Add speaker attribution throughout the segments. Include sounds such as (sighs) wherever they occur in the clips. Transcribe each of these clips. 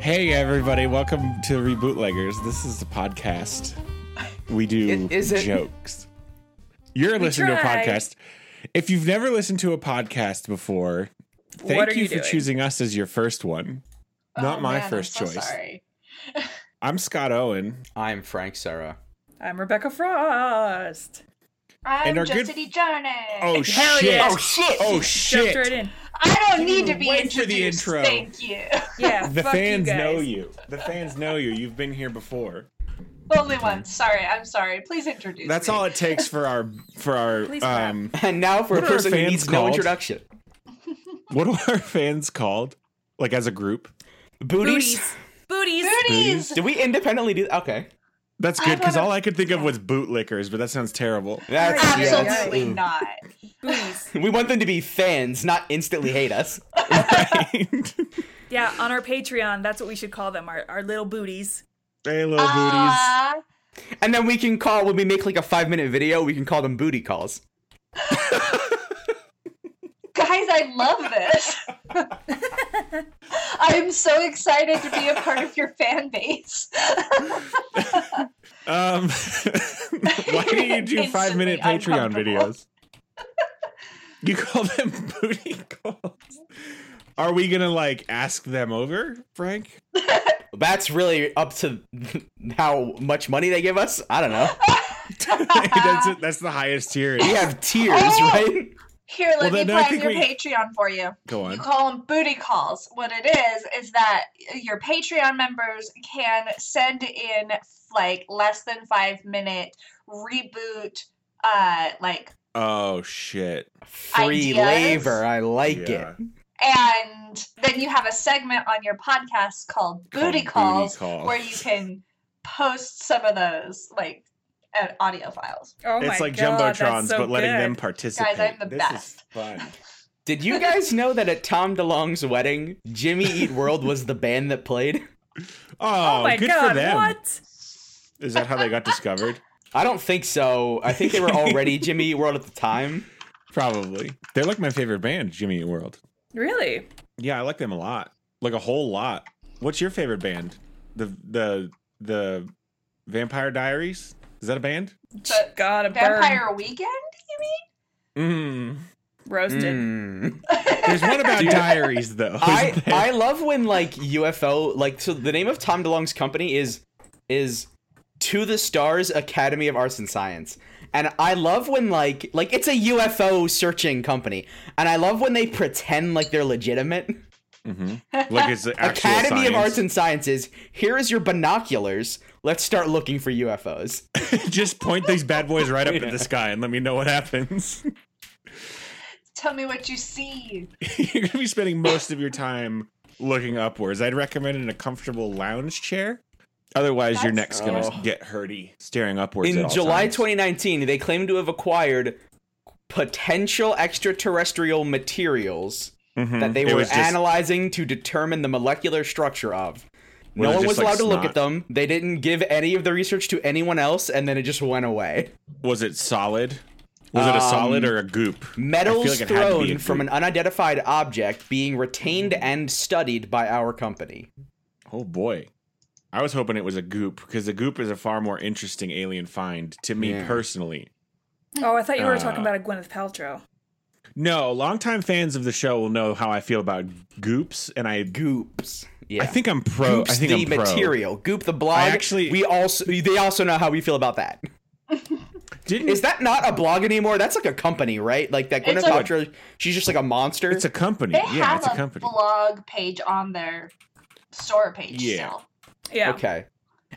Speaker 1: Hey, everybody, welcome to Rebootleggers. This is the podcast. We do
Speaker 2: It isn't.
Speaker 1: jokes. You're listening to a
Speaker 2: try.
Speaker 1: podcast. If you've never listened to a podcast before, thank
Speaker 2: What are
Speaker 1: you,
Speaker 2: you
Speaker 1: for
Speaker 2: doing?
Speaker 1: choosing us as your first one. Not
Speaker 2: Oh,
Speaker 1: my
Speaker 2: man, I'm
Speaker 1: 1st
Speaker 2: so
Speaker 1: choice.
Speaker 2: Sorry.
Speaker 1: I'm Scott Owen.
Speaker 3: I'm Frank Sarah. (laughs)
Speaker 2: I'm Rebecca Frost.
Speaker 4: I'm
Speaker 1: And our good-
Speaker 4: Justity Jarnett.
Speaker 1: Oh
Speaker 2: (laughs) Hell
Speaker 1: shit!
Speaker 2: yeah. Oh,
Speaker 1: shit! Oh shit!
Speaker 2: Jumped right
Speaker 1: (laughs)
Speaker 2: in.
Speaker 4: I don't
Speaker 1: didn't
Speaker 4: need to
Speaker 1: even
Speaker 4: be
Speaker 1: wait
Speaker 4: introduced.
Speaker 1: for the intro.
Speaker 4: Thank you. (laughs)
Speaker 2: Yeah,
Speaker 1: The
Speaker 2: fuck
Speaker 1: fans
Speaker 2: you guys.
Speaker 1: know you. The fans know you. You've been here before.
Speaker 4: Only one. Sorry, I'm sorry. Please introduce.
Speaker 1: That's
Speaker 4: me.
Speaker 1: all it takes for our for our
Speaker 2: (laughs) Please clap.
Speaker 1: um.
Speaker 3: And now for
Speaker 1: What
Speaker 3: a
Speaker 1: are our
Speaker 3: person who
Speaker 1: fans
Speaker 3: needs
Speaker 1: called?
Speaker 3: no introduction.
Speaker 1: What are our fans called? Like as a group?
Speaker 3: Booties.
Speaker 2: Booties. Booties.
Speaker 1: (laughs)
Speaker 4: Booties.
Speaker 3: Did we independently do okay?
Speaker 1: That's
Speaker 4: I
Speaker 1: good because
Speaker 4: wanna-
Speaker 1: all I could think of was bootlickers, but that sounds terrible.
Speaker 3: That's
Speaker 2: Alright,
Speaker 3: yeah,
Speaker 2: yeah.
Speaker 3: that's-
Speaker 4: Absolutely
Speaker 3: mm.
Speaker 4: not.
Speaker 2: Booties.
Speaker 3: We want them to be fans, not instantly hate us. (laughs)
Speaker 1: Right?
Speaker 2: Yeah, on our Patreon, that's what we should call them, our, our little booties.
Speaker 1: hey, little booties.
Speaker 4: Ah,
Speaker 3: And then we can call when we make like a five minute video, we can call them booty calls.
Speaker 4: guys, I love this.
Speaker 1: (laughs)
Speaker 4: I am so excited to be a part of your fan base. (laughs)
Speaker 1: Um, (laughs) why do you do
Speaker 4: Instantly
Speaker 1: five minute Patreon
Speaker 4: uncomfortable.
Speaker 1: videos? You call them (laughs) booty calls. Are we gonna like ask them over, Frank? (laughs)
Speaker 3: That's really up to (laughs) how much money they give us. I don't know.
Speaker 1: that's it, that's the highest tier.
Speaker 3: We
Speaker 4: (laughs)
Speaker 3: have tiers,
Speaker 4: Oh!
Speaker 3: right?
Speaker 4: Here,
Speaker 1: Well,
Speaker 4: let
Speaker 1: then I
Speaker 4: me plan
Speaker 1: think
Speaker 4: your
Speaker 1: we-
Speaker 4: Patreon for you.
Speaker 1: Go on.
Speaker 4: You call them booty calls. What it is is that your Patreon members can send in like less than five minute reboot, uh, like
Speaker 1: Oh shit!
Speaker 3: Free
Speaker 4: Ideas?
Speaker 3: labor. I like
Speaker 1: Yeah.
Speaker 3: it.
Speaker 4: and then you have a segment on your podcast called Booty Calls
Speaker 1: calls.
Speaker 4: where you can post some of those like uh, audio files.
Speaker 2: Oh my
Speaker 1: it's like
Speaker 2: god,
Speaker 1: jumbotrons,
Speaker 2: that's so
Speaker 1: but letting
Speaker 2: good.
Speaker 1: them participate.
Speaker 4: Guys, I'm the
Speaker 1: this Is
Speaker 4: best.
Speaker 1: fun.
Speaker 3: Did you guys know that at Tom DeLonge's wedding, Jimmy Eat World was the band that played?
Speaker 1: Oh,
Speaker 2: Oh, my
Speaker 1: good
Speaker 2: god,
Speaker 1: for them.
Speaker 2: what?
Speaker 1: Is that how they got discovered?
Speaker 3: I don't think so. I think they were
Speaker 1: (laughs)
Speaker 3: already Jimmy Eat World at the time.
Speaker 1: Probably. They're like my favorite band, Jimmy Eat World.
Speaker 2: Really?
Speaker 1: Yeah, I like them a lot. Like a whole lot. What's your favorite band? The the the Vampire Diaries? Is that a band?
Speaker 4: But
Speaker 2: God, a
Speaker 4: Vampire Weekend?
Speaker 1: Mm.
Speaker 2: burn. Roasted.
Speaker 1: Hmm.
Speaker 3: Mm.
Speaker 1: There's one about
Speaker 3: (laughs) Dude.
Speaker 1: diaries though.
Speaker 3: I
Speaker 1: isn't there? (laughs)
Speaker 3: I love when like UFO like so the name of Tom DeLonge's company is is To the Stars Academy of Arts and Science. And I love when like like it's a UFO searching company. And I love when they pretend like they're legitimate.
Speaker 1: Mhm. Like it's the actual
Speaker 3: (laughs) Academy of
Speaker 1: science.
Speaker 3: Arts and Sciences, here is your binoculars. Let's start looking for UFOs.
Speaker 1: Just point these bad boys right
Speaker 3: (laughs)
Speaker 1: up at the sky and let me know what happens. (laughs)
Speaker 4: Tell me what you see.
Speaker 1: You're gonna be spending most of your time looking upwards. I'd recommend in a comfortable lounge chair. Otherwise, your neck's
Speaker 4: That's-
Speaker 1: gonna
Speaker 3: Oh.
Speaker 1: get hurty staring upwards. at
Speaker 3: In
Speaker 1: all
Speaker 3: July
Speaker 1: times.
Speaker 3: 2019, they claim to have acquired potential extraterrestrial materials
Speaker 1: Mhm.
Speaker 3: that they
Speaker 1: It
Speaker 3: were
Speaker 1: was just-
Speaker 3: analyzing to determine the molecular structure of.
Speaker 1: Was it
Speaker 3: no one
Speaker 1: just
Speaker 3: was
Speaker 1: like
Speaker 3: allowed to look
Speaker 1: snot?
Speaker 3: at them. They didn't give any of the research to anyone else, and then it just went away.
Speaker 1: Was it solid? Was it a
Speaker 3: Um,
Speaker 1: solid or a goop? I feel
Speaker 3: Metals
Speaker 1: like it had to be a
Speaker 3: thrown from
Speaker 1: goop.
Speaker 3: an unidentified object being retained and studied by our company.
Speaker 1: Oh boy. I was hoping it was a goop because a goop is a far more interesting alien find to me
Speaker 3: Yeah.
Speaker 1: personally.
Speaker 2: Oh, I thought you were
Speaker 1: Uh,
Speaker 2: talking about a Gwyneth Paltrow.
Speaker 1: No, longtime fans of the show will know how I feel about goops, and I
Speaker 3: Goops. Yeah.
Speaker 1: I think I'm pro.
Speaker 3: Goop's
Speaker 1: I think
Speaker 3: the
Speaker 1: I'm pro.
Speaker 3: material. Goop the blog.
Speaker 1: I actually-
Speaker 3: we also they also know how we feel about that.
Speaker 1: Didn't
Speaker 3: Is that not a blog anymore? That's like a company, right? Like that Gwyneth
Speaker 4: It's a-
Speaker 3: Paltrow, she's just like a monster.
Speaker 1: it's a company?
Speaker 4: They
Speaker 1: yeah,
Speaker 4: have
Speaker 1: it's a
Speaker 4: a,
Speaker 1: company.
Speaker 4: blog page on their store page
Speaker 1: Yeah.
Speaker 4: still.
Speaker 2: Yeah.
Speaker 3: okay.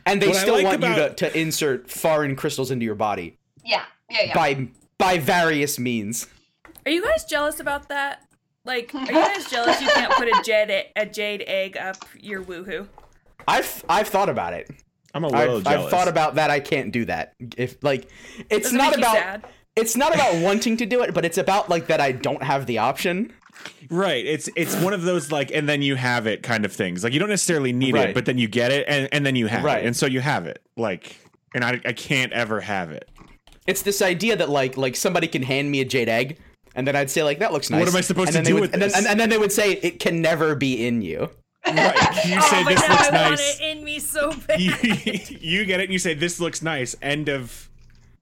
Speaker 3: And they
Speaker 1: What I
Speaker 3: still
Speaker 1: like
Speaker 3: want you to,
Speaker 1: about-
Speaker 3: to insert foreign crystals into your body
Speaker 4: Yeah, yeah, yeah.
Speaker 3: by by various means.
Speaker 2: Are you guys jealous about that? Like, are you guys jealous you can't put a jade, e- a jade egg up your woohoo?
Speaker 3: I've I've thought about it.
Speaker 1: I'm a little
Speaker 3: I've,
Speaker 1: jealous.
Speaker 3: I've thought about that. I can't do that. If like, it's
Speaker 2: Does it
Speaker 3: not
Speaker 2: make you
Speaker 3: about
Speaker 2: sad?
Speaker 3: it's not about (laughs) wanting to do it, but it's about like that I don't have the option.
Speaker 1: Right. It's it's one of those like and then you have it kind of things. Like you don't necessarily need it,
Speaker 3: Right.
Speaker 1: but then you get it and, and then you have
Speaker 3: Right.
Speaker 1: it. And so you have it. Like and I I can't ever have it.
Speaker 3: It's this idea that like like somebody can hand me a jade egg, and then I'd say like that looks nice.
Speaker 1: What am I supposed
Speaker 3: and then
Speaker 1: to
Speaker 3: they
Speaker 1: do
Speaker 3: would,
Speaker 1: with
Speaker 3: and
Speaker 1: this?
Speaker 3: Then, and, and then they would say it can never be in you.
Speaker 1: Right. (laughs) You
Speaker 2: oh
Speaker 1: said
Speaker 2: my
Speaker 1: this
Speaker 2: god,
Speaker 1: looks
Speaker 2: I want
Speaker 1: nice.
Speaker 2: it in me so bad.
Speaker 1: You, (laughs) you get it and you say this looks nice. End of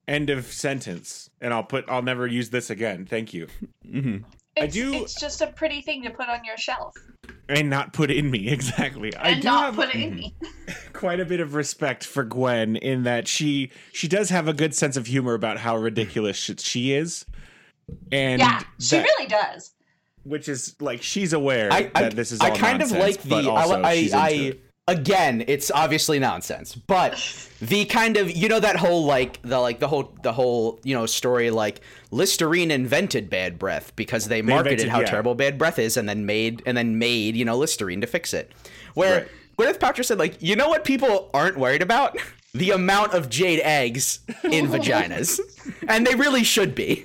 Speaker 1: end of sentence. And I'll put I'll never use this again. Thank you.
Speaker 3: hmm
Speaker 1: I
Speaker 4: It's,
Speaker 1: do-
Speaker 4: it's just a pretty thing to put on your shelf
Speaker 1: And not put in me. (laughs) Exactly. I
Speaker 4: and
Speaker 1: do
Speaker 4: not
Speaker 1: have Mhm.
Speaker 4: put it in me.
Speaker 1: quite a bit of respect for Gwen in that she she does have a good sense of humor about how ridiculous she, she is. And
Speaker 4: yeah, she
Speaker 1: that-
Speaker 4: really does.
Speaker 1: which is like she's aware
Speaker 3: I, I,
Speaker 1: that this is
Speaker 3: I
Speaker 1: all
Speaker 3: kind of
Speaker 1: nonsense,
Speaker 3: like the
Speaker 1: but also
Speaker 3: I, I,
Speaker 1: she's into
Speaker 3: I
Speaker 1: it.
Speaker 3: again it's obviously nonsense but the kind of you know that whole like the like the whole the whole you know story like Listerine invented bad breath because they, marketed
Speaker 1: invented-
Speaker 3: how
Speaker 1: yeah.
Speaker 3: terrible bad breath is and then made and then made you know Listerine to fix it where Gwyneth Paltrow said like you know what people aren't worried about the amount of jade eggs
Speaker 1: (laughs)
Speaker 3: in vaginas and they really should be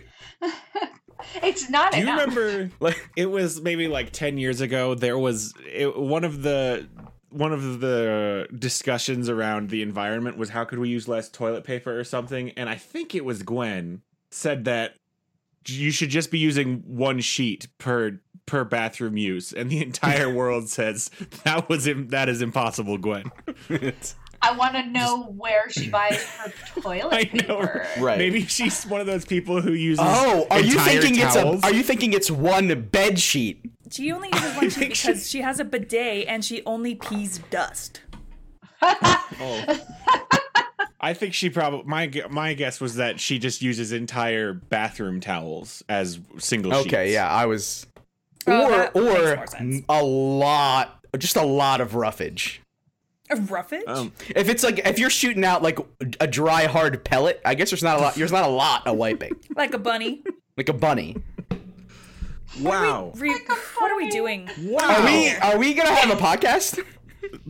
Speaker 4: It's not
Speaker 1: Do you
Speaker 4: enough.
Speaker 3: (laughs)
Speaker 1: remember? Like, it was maybe like ten years ago. There was it, one of the one of the discussions around the environment was how could we use less toilet paper or something. And I think it was Gwen said that you should just be using one sheet per per bathroom use, and the
Speaker 3: (laughs)
Speaker 1: entire world says that was im- that is impossible,
Speaker 3: (laughs)
Speaker 1: Gwen.
Speaker 4: I want to know
Speaker 1: (laughs)
Speaker 4: where she buys her toilet
Speaker 1: I know,
Speaker 4: paper.
Speaker 3: Right.
Speaker 1: Maybe she's one of those people who uses.
Speaker 3: oh are you
Speaker 1: entire
Speaker 3: thinking
Speaker 1: towels.
Speaker 3: it's a are you thinking it's one bed sheet
Speaker 2: She only
Speaker 1: (laughs)
Speaker 2: uses one sheet
Speaker 1: think she-
Speaker 2: because she has a bidet and she only pees dust.
Speaker 1: Oh. I think she probably my gu- my guess was that she just uses entire bathroom towels as single sheets.
Speaker 3: Okay, yeah, I was.
Speaker 2: Oh, that
Speaker 3: or
Speaker 2: makes
Speaker 3: or
Speaker 2: more sense.
Speaker 3: a lot, just a lot of roughage.
Speaker 2: A roughage?
Speaker 1: Um,
Speaker 3: If it's like if you're shooting out like a dry hard pellet, I guess there's not a lot. There's not a lot of wiping, (laughs)
Speaker 2: Like a bunny.
Speaker 3: like a bunny.
Speaker 1: wow.
Speaker 2: Re- what are we doing?
Speaker 1: Wow.
Speaker 3: Are we are we gonna have a podcast?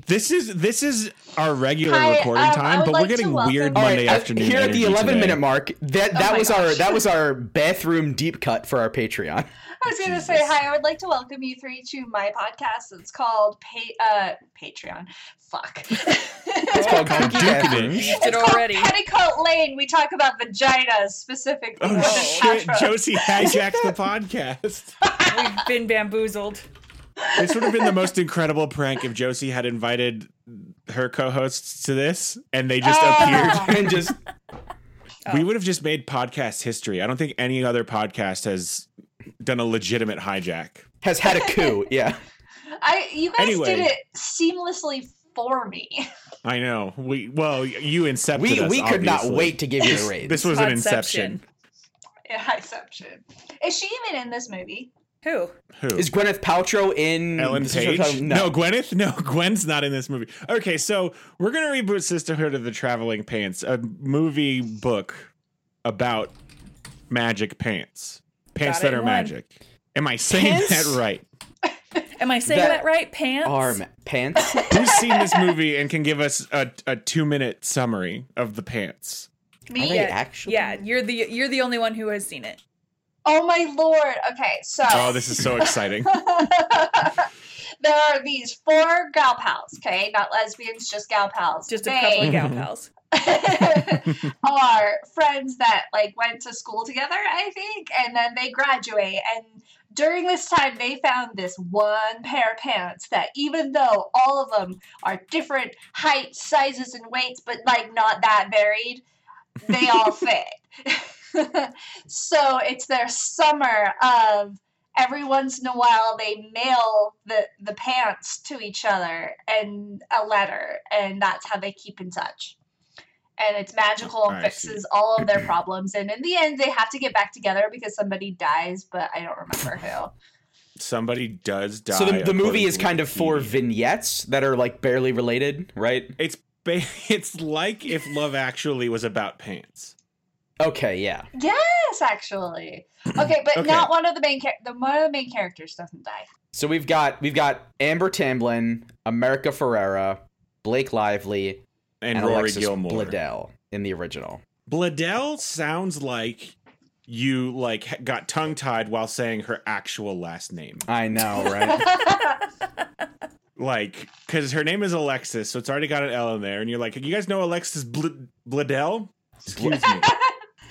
Speaker 1: this is this is our regular
Speaker 4: Hi,
Speaker 1: recording
Speaker 4: um, I
Speaker 1: time,
Speaker 4: would
Speaker 1: but
Speaker 4: like
Speaker 1: we're
Speaker 4: to
Speaker 1: getting
Speaker 4: welcome-
Speaker 1: weird
Speaker 4: All
Speaker 1: Monday
Speaker 3: uh,
Speaker 1: afternoon.
Speaker 3: here at the
Speaker 1: energy
Speaker 3: 11
Speaker 1: today.
Speaker 3: minute mark. That that
Speaker 2: Oh
Speaker 4: my
Speaker 3: was our
Speaker 4: gosh.
Speaker 3: that was our bathroom deep cut for
Speaker 1: (laughs)
Speaker 3: our Patreon.
Speaker 4: I was going to say,
Speaker 1: Jesus.
Speaker 4: hi, I would like to welcome you three to my podcast. It's called pa- uh, Patreon. Fuck. it's
Speaker 3: called
Speaker 1: Called
Speaker 3: Cookie
Speaker 1: Dukening.
Speaker 3: Oh,
Speaker 2: Used it already.
Speaker 4: Petticoat Lane. We talk about vaginas specifically.
Speaker 1: Oh
Speaker 4: Gwyneth
Speaker 1: shit!
Speaker 4: Paltrow.
Speaker 1: Josie hijacks the podcast.
Speaker 2: We've been bamboozled.
Speaker 1: This would have been the most incredible prank if Josie had invited her co-hosts to this, and they just
Speaker 4: Ah.
Speaker 1: appeared.
Speaker 3: and just
Speaker 2: Oh.
Speaker 1: We would have just made podcast history. I don't think any other podcast has done a legitimate hijack.
Speaker 3: has had a coup. Yeah.
Speaker 4: I, you guys
Speaker 1: Anyway.
Speaker 4: did it seamlessly for me. (laughs)
Speaker 1: I know. We well, you incepted
Speaker 3: We
Speaker 1: us,
Speaker 3: we could not
Speaker 1: obviously.
Speaker 3: wait to give you a raise.
Speaker 1: This was an
Speaker 2: Podception.
Speaker 1: inception.
Speaker 4: Yeah, Inception. Is she even in this movie?
Speaker 2: Who?
Speaker 1: Who?
Speaker 3: Is Gwyneth Paltrow in
Speaker 1: Ellen
Speaker 3: this is what I'm
Speaker 1: Page?
Speaker 3: talking-
Speaker 1: no. Gwyneth. No, (laughs) Gwen's not in this movie. Okay, so we're gonna reboot Sisterhood of the Traveling Pants, a movie book about magic pants, pants
Speaker 2: Got it
Speaker 1: that are
Speaker 2: in one.
Speaker 1: magic. Am I saying
Speaker 3: Pants?
Speaker 1: that right?
Speaker 2: Am I saying
Speaker 3: That
Speaker 2: that, right? Pants?
Speaker 3: arm
Speaker 2: (laughs)
Speaker 3: pants.
Speaker 1: Who's seen this movie and can give us a, a two minute summary of the pants?
Speaker 4: Me?
Speaker 3: Are they actually?
Speaker 2: Yeah, you're the you're the only one who has seen it.
Speaker 4: Oh my lord. Okay, so.
Speaker 1: Oh, this is so exciting.
Speaker 4: (laughs) there are these four gal pals, okay? Not lesbians, just gal pals.
Speaker 2: Just a couple of
Speaker 4: they
Speaker 2: gal pals.
Speaker 4: (laughs) are friends that like went to school together, I think, and then they graduate and during this time they found this one pair of pants that even though all of them are different heights, sizes and weights, but like not that varied, they all fit. (laughs) so it's their summer of every once in a while they mail the the pants to each other and a letter and that's how they keep in touch and it's magical and
Speaker 1: I
Speaker 4: fixes all of their problems and in the end they have to get back together because somebody dies but i don't remember who
Speaker 1: Somebody does die.
Speaker 3: So the, the movie
Speaker 1: according
Speaker 3: is
Speaker 1: to
Speaker 3: kind of four
Speaker 1: Wikipedia.
Speaker 3: vignettes that are like barely related, right?
Speaker 1: It's ba- (laughs) it's like if Love Actually was about pants.
Speaker 3: Okay, yeah.
Speaker 4: yes actually okay but
Speaker 1: Okay.
Speaker 4: not one of the main char- the one of the main characters doesn't die (laughs)
Speaker 3: So we've got we've got Amber Tamblyn, America Ferrera, Blake Lively,
Speaker 1: And,
Speaker 3: and,
Speaker 1: Rory
Speaker 3: Alexis
Speaker 1: Gilmore.
Speaker 3: Bledel in the original.
Speaker 1: Bledel sounds like you like ha- got tongue tied while saying her actual last name.
Speaker 3: I (laughs) know, right?
Speaker 1: Like cuz her name is Alexis, so it's already got an L in there and you're like, "You guys know Alexis Bl- Bledel?" Excuse
Speaker 3: (laughs)
Speaker 1: me.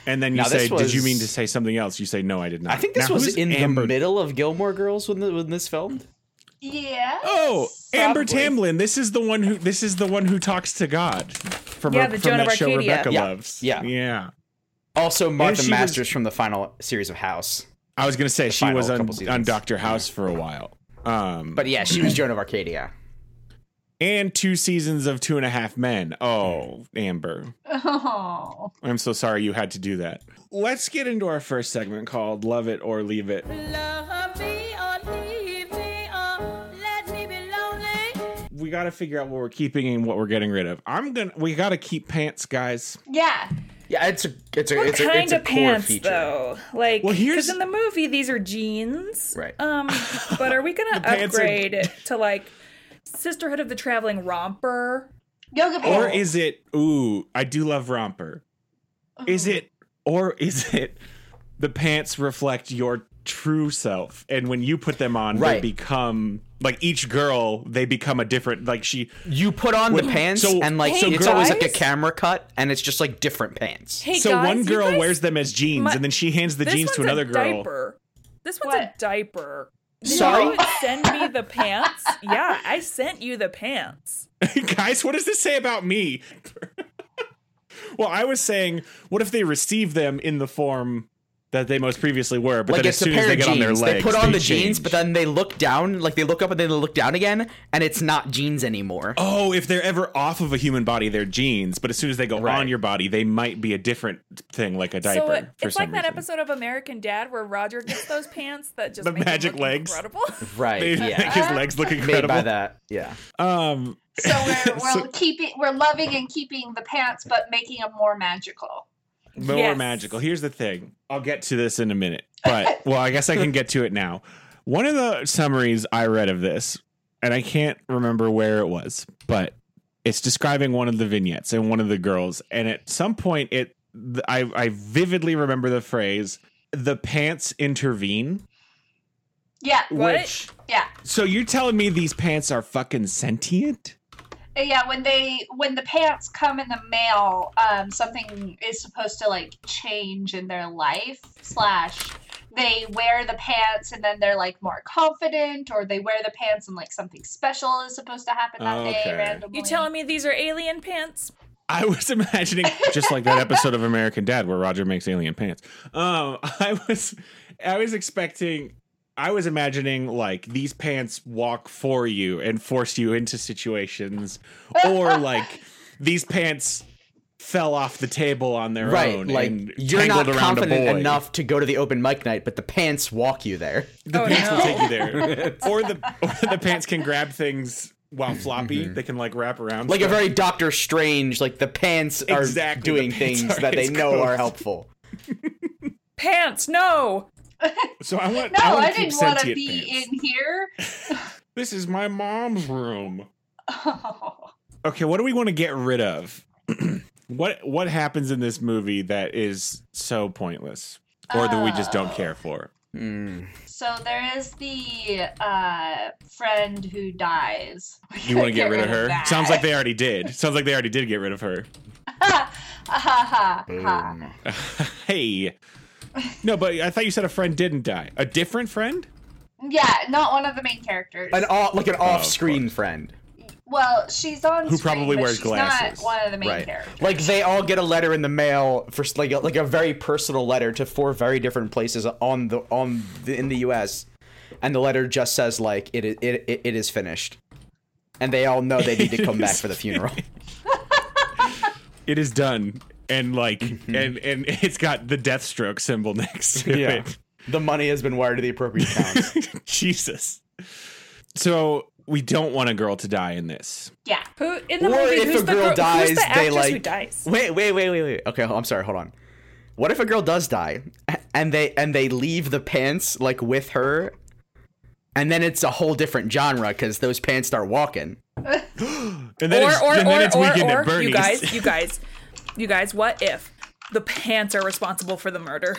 Speaker 1: And then you
Speaker 3: Now,
Speaker 1: say,
Speaker 3: this
Speaker 1: "Did you mean
Speaker 3: was-
Speaker 1: to say something else?" You say, "No, I did not."
Speaker 3: I think this
Speaker 1: Now,
Speaker 3: was
Speaker 1: who's
Speaker 3: in
Speaker 1: Amber
Speaker 3: the middle of Gilmore Girls when the, when this filmed.
Speaker 4: Yeah.
Speaker 1: Oh, Amber
Speaker 3: Probably.
Speaker 1: Tamblyn. This is the one who. This is the one who talks to God from,
Speaker 2: Yeah,
Speaker 1: her,
Speaker 2: the
Speaker 1: from
Speaker 2: Joan of
Speaker 1: that show
Speaker 2: Arcadia.
Speaker 1: Rebecca
Speaker 3: Yeah,
Speaker 1: loves.
Speaker 3: yeah.
Speaker 1: yeah.
Speaker 3: Also, Martha
Speaker 1: she was-
Speaker 3: Masters from the final series of House.
Speaker 1: I was gonna say she
Speaker 3: final
Speaker 1: was on,
Speaker 3: couple seasons.
Speaker 1: on Doctor House for a while. Um,
Speaker 3: But yeah, (clears throat) she was Joan of Arcadia.
Speaker 1: and two seasons of Two and a Half Men. Oh, Amber,
Speaker 4: Oh.
Speaker 1: I'm so sorry you had to do that. Let's get into our first segment called "Love It or Leave It."
Speaker 5: Love me or leave me or let me be lonely.
Speaker 1: We got to figure out what we're keeping and what we're getting rid of. I'm gonna. We got to keep pants, guys.
Speaker 4: Yeah.
Speaker 3: Yeah, it's a it's a
Speaker 2: What
Speaker 3: it's a,
Speaker 2: kind
Speaker 3: it's a
Speaker 2: of
Speaker 3: core
Speaker 2: pants
Speaker 3: feature.
Speaker 2: though? Like,
Speaker 1: Well,
Speaker 2: well,
Speaker 1: here's-
Speaker 2: in the movie these are jeans,
Speaker 3: Right.
Speaker 2: Um, but are
Speaker 1: (laughs)
Speaker 2: we gonna
Speaker 1: pants are-
Speaker 2: upgrade it to like Sisterhood of the Traveling Romper?
Speaker 4: Yoga
Speaker 2: Oh.
Speaker 4: pants.
Speaker 1: Or is it? Ooh, I do love romper. Is it? Or is it? The pants reflect your true self, and when you put them on,
Speaker 3: Right.
Speaker 1: they become like each girl. They become a different. Like she.
Speaker 3: You put on
Speaker 1: Wait,
Speaker 3: the pants
Speaker 1: so-
Speaker 3: and like
Speaker 1: so
Speaker 3: it's always like a
Speaker 1: guys-
Speaker 3: camera cut and it's just like different pants.
Speaker 2: Hey
Speaker 1: so
Speaker 2: guys,
Speaker 1: one
Speaker 2: you
Speaker 1: girl
Speaker 2: guys-
Speaker 1: wears them as jeans,
Speaker 2: my-
Speaker 1: and then she hands the
Speaker 2: This
Speaker 1: jeans to
Speaker 2: one's
Speaker 1: another
Speaker 2: a
Speaker 1: girl.
Speaker 2: Diaper. This one's a
Speaker 4: What?
Speaker 2: diaper. Did
Speaker 3: Sorry?
Speaker 2: you send me the pants. Yeah, I sent you the pants.
Speaker 1: (laughs) guys, what does this say about me? well, I was saying, what if they receive them in the form that they most previously were, but
Speaker 3: Like
Speaker 1: then as
Speaker 3: it's a
Speaker 1: soon as
Speaker 3: pair
Speaker 1: they
Speaker 3: of
Speaker 1: get on their
Speaker 3: jeans.
Speaker 1: legs,
Speaker 3: They put on the jeans,
Speaker 1: change.
Speaker 3: but then they look down, like they look up and then they look down again, and it's not jeans anymore.
Speaker 1: Oh, if they're ever off of a human body, they're jeans. But as soon as they go
Speaker 3: Right.
Speaker 1: on your body, they might be a different thing, like a diaper.
Speaker 2: so it-
Speaker 1: for
Speaker 2: it's like
Speaker 1: some
Speaker 2: that
Speaker 1: reason.
Speaker 2: episode of American Dad where Roger gets those pants that just
Speaker 1: The
Speaker 2: make him
Speaker 1: magic
Speaker 2: look
Speaker 1: legs.
Speaker 2: Incredible.
Speaker 3: Right.
Speaker 1: They make
Speaker 3: yeah.
Speaker 1: his legs look
Speaker 3: Made
Speaker 1: incredible.
Speaker 3: by that. Yeah.
Speaker 1: Um,
Speaker 4: So we're
Speaker 1: (laughs)
Speaker 4: we're
Speaker 1: So-
Speaker 4: keeping we're loving and keeping the pants, but making them more magical.
Speaker 1: more
Speaker 2: (laughs) Yes.
Speaker 1: magical. Here's the thing. I'll get to this in a minute, but well, I guess I can get to it now. One of the summaries I read of this, and I can't remember where it was, but it's describing one of the vignettes and one of the girls, and at some point, it th- I I vividly remember the phrase "the pants intervene,"
Speaker 4: Yeah.
Speaker 2: What?
Speaker 1: which
Speaker 4: Yeah.
Speaker 1: so you're telling me these pants are fucking sentient?
Speaker 4: Yeah, when they when the pants come in the mail, um, something is supposed to like change in their life. Slash, they wear the pants and then they're like more confident, or they wear the pants and like something special is supposed to happen that
Speaker 1: Okay.
Speaker 4: day randomly.
Speaker 2: You telling me these are alien pants?
Speaker 1: I was (laughs) imagining just like that episode of American Dad where Roger makes alien pants. Um, (laughs) I was, I was expecting, I was imagining like these pants walk for you and force you into situations,
Speaker 2: (laughs)
Speaker 1: or like these pants fell off the table on their
Speaker 3: Right.
Speaker 1: own.
Speaker 3: Like
Speaker 1: and
Speaker 3: you're not
Speaker 1: tangled around a boy.
Speaker 3: confident enough to go to the open mic night, but the pants walk you there.
Speaker 1: The
Speaker 2: Oh,
Speaker 1: pants will
Speaker 2: no.
Speaker 1: take you
Speaker 2: (laughs)
Speaker 1: there, or the or the pants can grab things while floppy. They can Mm-hmm. like wrap around
Speaker 3: Like a
Speaker 1: stuff.
Speaker 3: very Doctor Strange, like the pants are
Speaker 1: Exactly, the
Speaker 3: doing
Speaker 1: pants
Speaker 3: things
Speaker 1: are
Speaker 3: that they
Speaker 1: his
Speaker 3: know are
Speaker 1: clothes.
Speaker 3: helpful.
Speaker 2: Pants, no.
Speaker 1: So I want.
Speaker 4: No,
Speaker 1: I, want
Speaker 4: I,
Speaker 1: to keep
Speaker 4: didn't want to
Speaker 1: sentient
Speaker 4: be
Speaker 1: pants.
Speaker 4: in here. (laughs)
Speaker 1: This is my mom's room. Okay, what do we want to get rid of? (clears throat) what what happens in this movie that is so pointless or that we just don't
Speaker 4: Oh.
Speaker 1: care
Speaker 4: (laughs)
Speaker 1: for?
Speaker 3: Mm.
Speaker 4: so there is the uh, friend who dies. (laughs) We
Speaker 1: You want to
Speaker 4: could
Speaker 1: get rid of her?
Speaker 4: that.
Speaker 1: Sounds like they already did. Sounds like they already did get rid of her. (laughs)
Speaker 4: ha ha ha. ha.
Speaker 1: Mm.
Speaker 3: Boom.
Speaker 4: (laughs)
Speaker 1: hey. No, but I thought you said a friend didn't die. A different friend?
Speaker 4: Yeah, not one of the main characters.
Speaker 3: An off, like an
Speaker 1: Oh, of
Speaker 3: off-screen friend,
Speaker 4: Well, she's on.
Speaker 1: Who
Speaker 4: screen,
Speaker 1: probably
Speaker 4: but
Speaker 1: wears
Speaker 4: she's
Speaker 1: glasses.
Speaker 4: Not one of the main
Speaker 3: right?
Speaker 4: characters.
Speaker 3: Like they all get a letter in the mail for s- like a, like a very personal letter to four very different places on the on the, in the U.S. And the letter just says like it i- it it, it is finished, and they all know they need to come back for the funeral.
Speaker 1: It is done. And like and and it's got the death stroke symbol (laughs) next to
Speaker 3: Yeah.
Speaker 1: it.
Speaker 3: The money has been wired to the appropriate
Speaker 2: (laughs)
Speaker 3: accounts.
Speaker 1: (laughs) Jesus. So we don't want a girl to die in this.
Speaker 4: Yeah. (laughs)
Speaker 2: Who in the
Speaker 3: Or
Speaker 2: movie?
Speaker 3: if
Speaker 2: who's
Speaker 3: a
Speaker 2: the
Speaker 3: girl
Speaker 2: girl
Speaker 3: dies, they,
Speaker 2: who's the actress who
Speaker 3: like-
Speaker 2: dies?
Speaker 3: Wait, wait, wait, wait, wait. Okay, I'm sorry. Hold on. What if a girl does die, a- and they and they leave the pants like with her, and then it's a whole different genre because those pants start walking.
Speaker 1: And then it's,
Speaker 2: or or
Speaker 1: and then
Speaker 2: or
Speaker 1: it's weekend
Speaker 2: or,
Speaker 1: at
Speaker 2: or
Speaker 1: Bernie's. (laughs)
Speaker 2: you guys, you guys, you guys. What if the pants are responsible for the murder?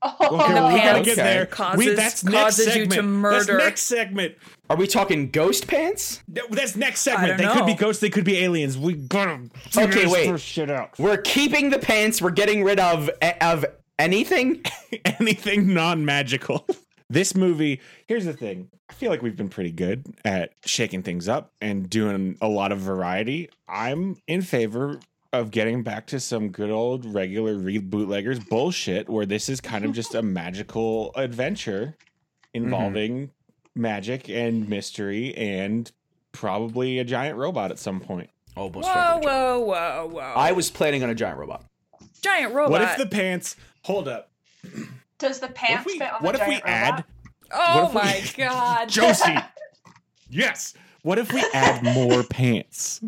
Speaker 4: Oh,
Speaker 1: Okay,
Speaker 2: the
Speaker 1: well, we gotta
Speaker 2: pants
Speaker 1: get there.
Speaker 2: causes-
Speaker 1: we, that's next
Speaker 2: causes you
Speaker 1: segment.
Speaker 2: to murder.
Speaker 1: That's next segment.
Speaker 3: Are we talking ghost pants?
Speaker 1: That- That's next segment.
Speaker 2: don't
Speaker 1: They could be
Speaker 2: know.
Speaker 1: ghosts. They could be aliens. We gotta figure
Speaker 3: Okay,
Speaker 1: this
Speaker 3: wait.
Speaker 1: first shit out.
Speaker 3: We're keeping the
Speaker 1: (laughs)
Speaker 3: pants. We're getting rid of of anything.
Speaker 1: Anything non-magical. (laughs) This movie, here's the thing. I feel like we've been pretty good at shaking things up and doing a lot of variety. I'm in favor of getting back to some good old regular re- bootleggers bullshit where this is kind of just a magical adventure involving magic and mystery and probably a giant robot at some point.
Speaker 3: Oh, but
Speaker 2: Whoa, whoa, whoa, whoa!
Speaker 3: I was planning on a giant robot.
Speaker 2: giant robot.
Speaker 1: What if the pants hold up?
Speaker 4: Does the
Speaker 1: What
Speaker 4: pants
Speaker 1: if we,
Speaker 4: fit on
Speaker 1: what
Speaker 4: the
Speaker 1: if we
Speaker 4: giant
Speaker 1: add
Speaker 4: (laughs) robot?
Speaker 2: Oh
Speaker 1: what
Speaker 2: my
Speaker 1: if
Speaker 3: (laughs)
Speaker 2: god!
Speaker 1: Josie. (laughs) yes. What if we add more pants?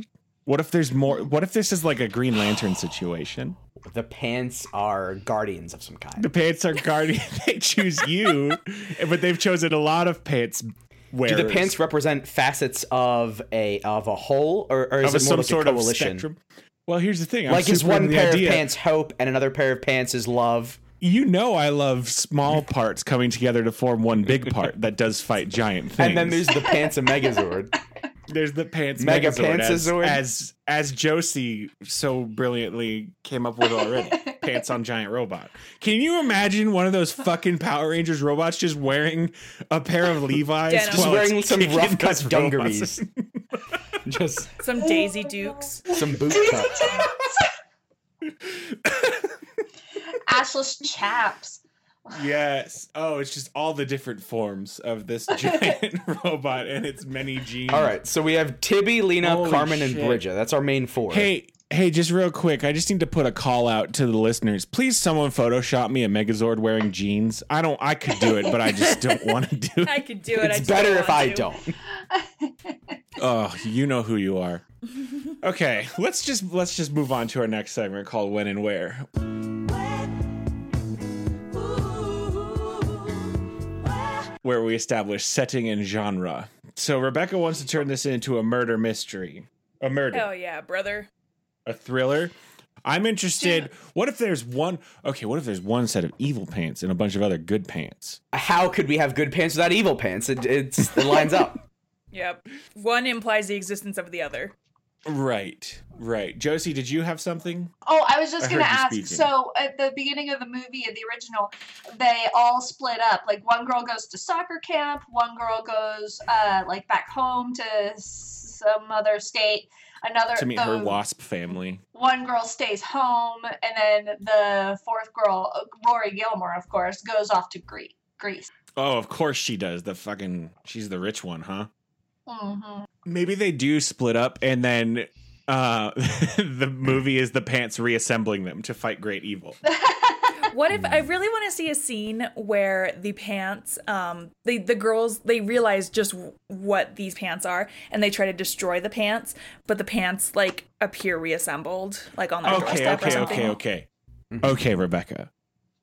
Speaker 1: What if there's more? What if this is like a Green Lantern situation?
Speaker 3: The pants are guardians of some kind.
Speaker 1: The pants are guardian. (laughs) they choose you, but they've chosen a lot of pants
Speaker 3: Do
Speaker 1: wearers.
Speaker 3: the pants represent facets of a of a whole, or, or is
Speaker 1: of a,
Speaker 3: it more
Speaker 1: some
Speaker 3: like
Speaker 1: sort
Speaker 3: a
Speaker 1: of
Speaker 3: coalition?
Speaker 1: spectrum? Well, here's the thing. I'm
Speaker 3: like is
Speaker 1: super into
Speaker 3: one
Speaker 1: the
Speaker 3: pair
Speaker 1: idea-
Speaker 3: of pants hope and another pair of pants is love?
Speaker 1: You know, I love small parts coming together to form one big part that does fight giant things.
Speaker 3: And then there's the pants of
Speaker 1: (laughs)
Speaker 3: Megazord.
Speaker 1: There's the pants
Speaker 3: Mega
Speaker 1: Megazord, as,
Speaker 3: Pantsazord.
Speaker 1: as as Josie so brilliantly came up with already. pants on giant robot. Can you imagine one of those fucking Power Rangers robots just wearing a pair of Levi's,
Speaker 2: Denim. Just
Speaker 1: while it's
Speaker 3: wearing some
Speaker 1: kicking
Speaker 3: rough cut
Speaker 1: those robots? (laughs)
Speaker 3: dungarees. Just
Speaker 2: Some Daisy Dukes.
Speaker 3: some boot cut.
Speaker 4: Ashless chaps.
Speaker 1: yes. Oh, it's just all the different forms of this giant (laughs) robot and its many genes.
Speaker 3: All right, so we have Tibby, Lena,
Speaker 1: Holy
Speaker 3: Carmen,
Speaker 1: shit.
Speaker 3: and Bridget. That's our main four.
Speaker 1: Hey, hey, just real quick, I just need to put a call out to the listeners. Please, someone Photoshop me a Megazord wearing jeans. I don't. I could do it, but I just don't want to do it.
Speaker 2: I could do it. I
Speaker 3: it's
Speaker 2: just
Speaker 3: better
Speaker 2: don't
Speaker 3: if
Speaker 2: want
Speaker 3: I
Speaker 2: to.
Speaker 3: don't.
Speaker 1: Oh, you know who you are. Okay, let's just let's just move on to our next segment called When and Where. where we establish setting and genre. So Rebecca wants to turn this into a murder mystery, a murder,
Speaker 2: Hell yeah, brother!
Speaker 1: a thriller. I'm interested. What if there's one? Okay, what if there's one set of evil pants and a bunch of other good pants?
Speaker 3: How could we have good pants without evil pants? It
Speaker 1: (laughs)
Speaker 3: it's, it lines up.
Speaker 2: Yep. One implies the existence of the other.
Speaker 1: Right, right. Josie, did you have something?
Speaker 4: Oh, I was just
Speaker 1: I
Speaker 4: going to
Speaker 1: heard you
Speaker 4: ask.
Speaker 1: speaking.
Speaker 4: So, at the beginning of the movie, in the original, they all split up. Like, one girl goes to soccer camp, one girl goes, uh, like, back home to s- some other state. Another um,
Speaker 1: To meet
Speaker 4: the
Speaker 1: her wasp family.
Speaker 4: one girl stays home, and then the fourth girl, uh, Rory Gilmore, of course, goes off to Greece. Greece.
Speaker 1: Oh, of course she does. The fucking she's the rich one, huh?
Speaker 4: hmm
Speaker 1: Maybe they do split up, and then uh (laughs) the movie is the pants reassembling them to fight great
Speaker 4: (laughs)
Speaker 1: evil.
Speaker 2: What if I
Speaker 1: Mm.
Speaker 2: really want to see a scene where the pants, um, the the girls they realize just w- what these pants are, and they try to destroy the pants, but the pants like appear reassembled, like on their
Speaker 1: okay,
Speaker 2: doorstep or
Speaker 1: okay,
Speaker 2: something.
Speaker 1: okay, okay. Okay, Rebecca.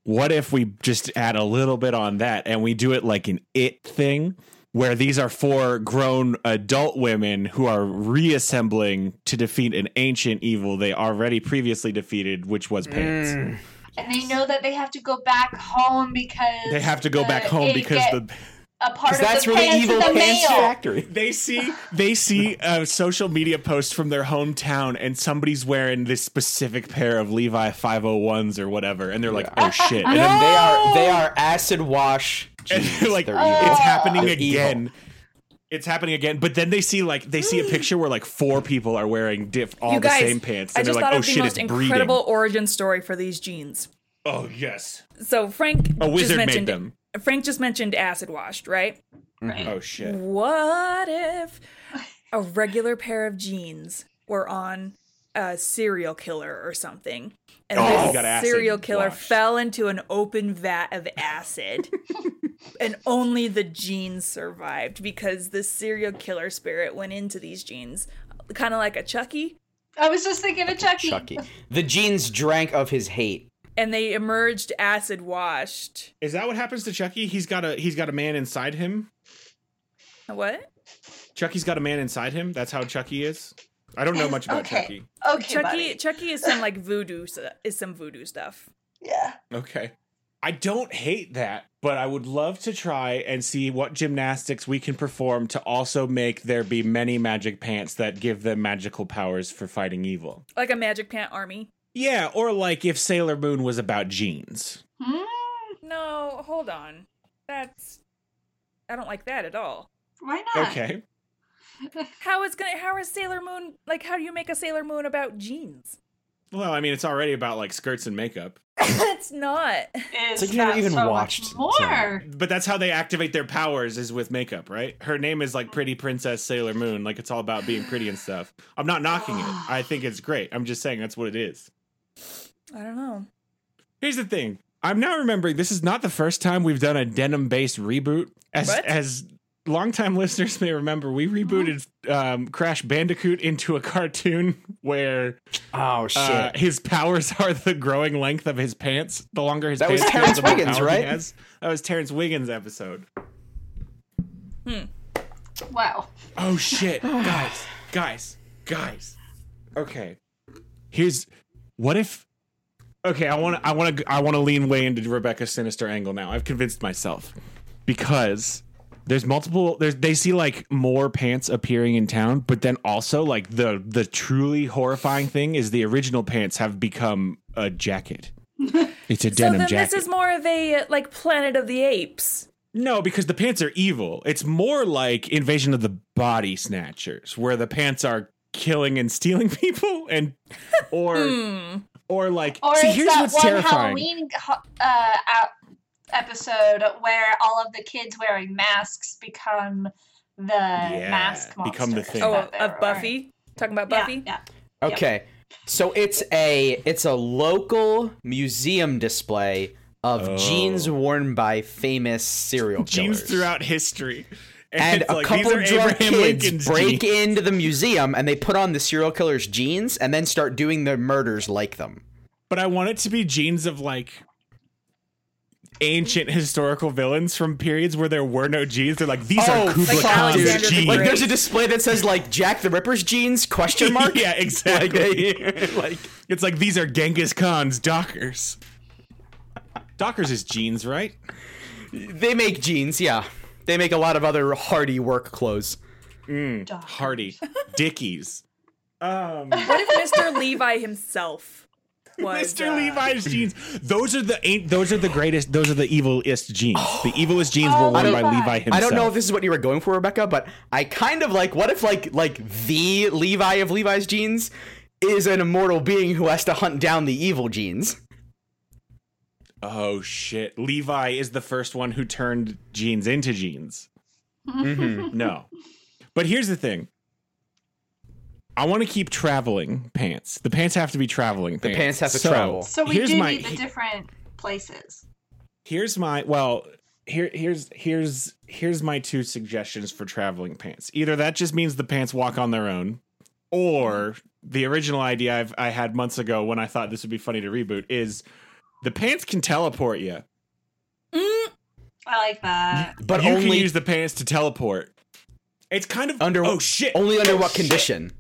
Speaker 1: What if we just add a little bit on that and we do it like an it thing where these are four grown adult women who are reassembling to defeat an ancient evil they already previously defeated, which was pants.
Speaker 3: Mm.
Speaker 4: And they know that they have to go back home because
Speaker 1: They have to go back
Speaker 4: the-
Speaker 1: home
Speaker 4: they
Speaker 1: because
Speaker 4: get
Speaker 1: the
Speaker 4: a part of
Speaker 3: that's
Speaker 4: the
Speaker 3: where the
Speaker 4: pants
Speaker 3: evil
Speaker 4: in the
Speaker 3: pants
Speaker 4: mail.
Speaker 3: factory.
Speaker 1: they see (laughs) they see a social media post from their hometown and somebody's wearing this specific pair of Levi 501s or whatever and they're (laughs) like, "Oh
Speaker 2: (laughs)
Speaker 1: shit."
Speaker 3: And
Speaker 1: And then
Speaker 3: then they are they are acid wash.
Speaker 1: (laughs) and
Speaker 3: Jeez,
Speaker 1: they're like
Speaker 3: they're
Speaker 4: Oh.
Speaker 3: evil.
Speaker 1: it's happening
Speaker 3: They're evil.
Speaker 1: again it's happening again but then they see like they see a picture where like four people are wearing diff all
Speaker 2: You
Speaker 1: the
Speaker 2: guys,
Speaker 1: same pants and
Speaker 2: I just
Speaker 1: they're
Speaker 2: thought
Speaker 1: like oh
Speaker 2: of the
Speaker 1: shit
Speaker 2: most
Speaker 1: it's breeding
Speaker 2: incredible origin story for these jeans.
Speaker 1: oh yes
Speaker 2: So Frank
Speaker 1: a wizard
Speaker 2: just
Speaker 1: made
Speaker 2: mentioned
Speaker 1: them
Speaker 2: Frank just mentioned acid washed, right?
Speaker 1: oh shit
Speaker 2: What if a regular pair of jeans were on a serial killer or something? And
Speaker 1: Oh,
Speaker 2: this
Speaker 1: you got acid
Speaker 2: serial killer
Speaker 1: washed.
Speaker 2: fell into an open vat of
Speaker 1: (laughs)
Speaker 2: acid. and only the jeans survived because the serial killer spirit went into these jeans. Kind of like a Chucky.
Speaker 4: I was just thinking of Chucky.
Speaker 3: Chucky. The jeans drank of his hate.
Speaker 2: And they emerged acid washed.
Speaker 1: is that what happens to chucky he's got a he's got a man inside him
Speaker 2: What?
Speaker 1: chucky's got a man inside him that's how chucky is i don't know much about
Speaker 4: okay.
Speaker 1: chucky
Speaker 4: Okay,
Speaker 2: Chucky
Speaker 4: buddy.
Speaker 2: Chucky is some like voodoo s- is some voodoo stuff.
Speaker 4: Yeah.
Speaker 1: okay i don't hate that but i would love to try and see what gymnastics we can perform to also make there be many magic pants that give them magical powers for fighting evil
Speaker 2: Like a magic pant army.
Speaker 1: Yeah, or like if Sailor Moon was about jeans.
Speaker 4: Hmm?
Speaker 2: No, hold on. That's I don't like that at all.
Speaker 4: Why not?
Speaker 1: Okay.
Speaker 2: How is gonna how is Sailor Moon like how do you make a Sailor Moon about jeans? (laughs)
Speaker 1: Well, I mean, it's already about like skirts and makeup,
Speaker 2: it's not.
Speaker 4: It's
Speaker 3: like you never
Speaker 4: got
Speaker 3: even
Speaker 4: so much
Speaker 3: watched
Speaker 4: more.
Speaker 3: Sailor
Speaker 1: but that's how they activate their powers is with makeup, right? Her name is like Pretty Princess Sailor Moon. Like it's all about being pretty and stuff. I'm not knocking it. I think it's great. I'm just saying that's what it is.
Speaker 2: I don't know.
Speaker 1: Here's the thing. I'm now remembering this is not the first time we've done a denim based reboot. As
Speaker 2: What?
Speaker 1: as longtime (laughs) listeners may remember, we rebooted um, Crash Bandicoot into a cartoon where
Speaker 3: Oh shit.
Speaker 1: uh, his powers are the growing length of his pants. The longer his
Speaker 3: That was
Speaker 1: pants get,
Speaker 3: Terrence
Speaker 1: the more
Speaker 3: Wiggins,
Speaker 1: power he
Speaker 3: right?
Speaker 1: has. That was Terrence Wiggins episode.
Speaker 4: Wow.
Speaker 1: Oh
Speaker 2: (sighs)
Speaker 1: shit, guys, guys, guys. Okay, here's what if. Okay, I want to, I want to, I want to lean way into Rebecca's sinister angle now. I've convinced myself because there's multiple. There's they see like more pants appearing in town, but then also like the the truly horrifying thing is the original pants have become a
Speaker 2: (laughs)
Speaker 1: jacket. It's a
Speaker 2: so
Speaker 1: denim
Speaker 2: then
Speaker 1: jacket.
Speaker 2: this is more of a like Planet of the Apes.
Speaker 1: No, because the pants are evil. It's more like Invasion of the Body Snatchers, where the pants are killing and stealing (laughs) people, and or
Speaker 2: Hmm.
Speaker 1: or like.
Speaker 4: Or
Speaker 1: see,
Speaker 4: it's
Speaker 1: here's
Speaker 4: that
Speaker 1: what's
Speaker 4: one
Speaker 1: terrifying.
Speaker 4: Halloween ho- uh, out episode where all of the kids wearing masks become the mask monster.
Speaker 1: become the thing.
Speaker 2: Oh,
Speaker 1: Yeah,
Speaker 2: of Buffy. Talking about Buffy.
Speaker 4: Yeah,
Speaker 3: Okay. So it's a it's a local museum display of
Speaker 1: Oh.
Speaker 3: jeans worn by famous serial killers.
Speaker 1: Jeans throughout history,
Speaker 3: And
Speaker 1: it's
Speaker 3: a
Speaker 1: like,
Speaker 3: couple
Speaker 1: these are
Speaker 3: drunk
Speaker 1: Abraham
Speaker 3: kids
Speaker 1: Lincoln's
Speaker 3: break
Speaker 1: jeans.
Speaker 3: into the museum and they put on the serial killer's jeans and then start doing their murders like them.
Speaker 1: But I want it to be jeans of like ancient historical villains from periods where there were no jeans. They're like these are Kublai
Speaker 2: Oh, Like
Speaker 1: Khan's
Speaker 2: Alexander the
Speaker 1: jeans.
Speaker 3: Oh, Like
Speaker 2: Great.
Speaker 3: there's a display that says like Jack the Ripper's
Speaker 1: (laughs)
Speaker 3: jeans question mark. (laughs)
Speaker 1: yeah,
Speaker 3: Like,
Speaker 1: exactly.
Speaker 3: they- (laughs) like
Speaker 1: It's like these are Genghis Khan's Dockers. Dockers is jeans, right?
Speaker 3: they make jeans, yeah. They make a lot of other hardy work clothes.
Speaker 4: Dog.
Speaker 1: Hardy. Dickies. (laughs) Um,
Speaker 2: What if Mr. Levi himself was
Speaker 1: Mr.
Speaker 2: uh,
Speaker 1: Levi's jeans. Those are the ain't those are the greatest. Those are the evilest
Speaker 3: (gasps)
Speaker 1: jeans. The evilest jeans
Speaker 4: Oh
Speaker 1: were worn
Speaker 4: my
Speaker 1: by
Speaker 4: God.
Speaker 1: Levi himself.
Speaker 3: I don't know if this is what you were going for, Rebecca, but I kind of like what if like like the Levi of Levi's jeans is an immortal being who has to hunt down the evil jeans.
Speaker 1: oh shit! Levi is the first one who turned jeans into jeans. No, but here's the thing. I want to keep traveling pants. The pants have to be traveling pants.
Speaker 3: pants have to
Speaker 1: So,
Speaker 3: travel.
Speaker 4: So we
Speaker 1: here's
Speaker 4: do
Speaker 1: my,
Speaker 4: need the different places.
Speaker 1: here's my well here here's here's here's my two suggestions for traveling pants either that just means the pants walk on their own or the original idea I've, i had months ago when i thought this would be funny to reboot is the pants can teleport you
Speaker 4: I like that.
Speaker 3: But
Speaker 1: you can
Speaker 3: only
Speaker 1: use the pants to teleport it's kind of
Speaker 3: under
Speaker 1: oh shit
Speaker 3: only under
Speaker 1: Oh,
Speaker 3: what
Speaker 1: shit.
Speaker 3: condition?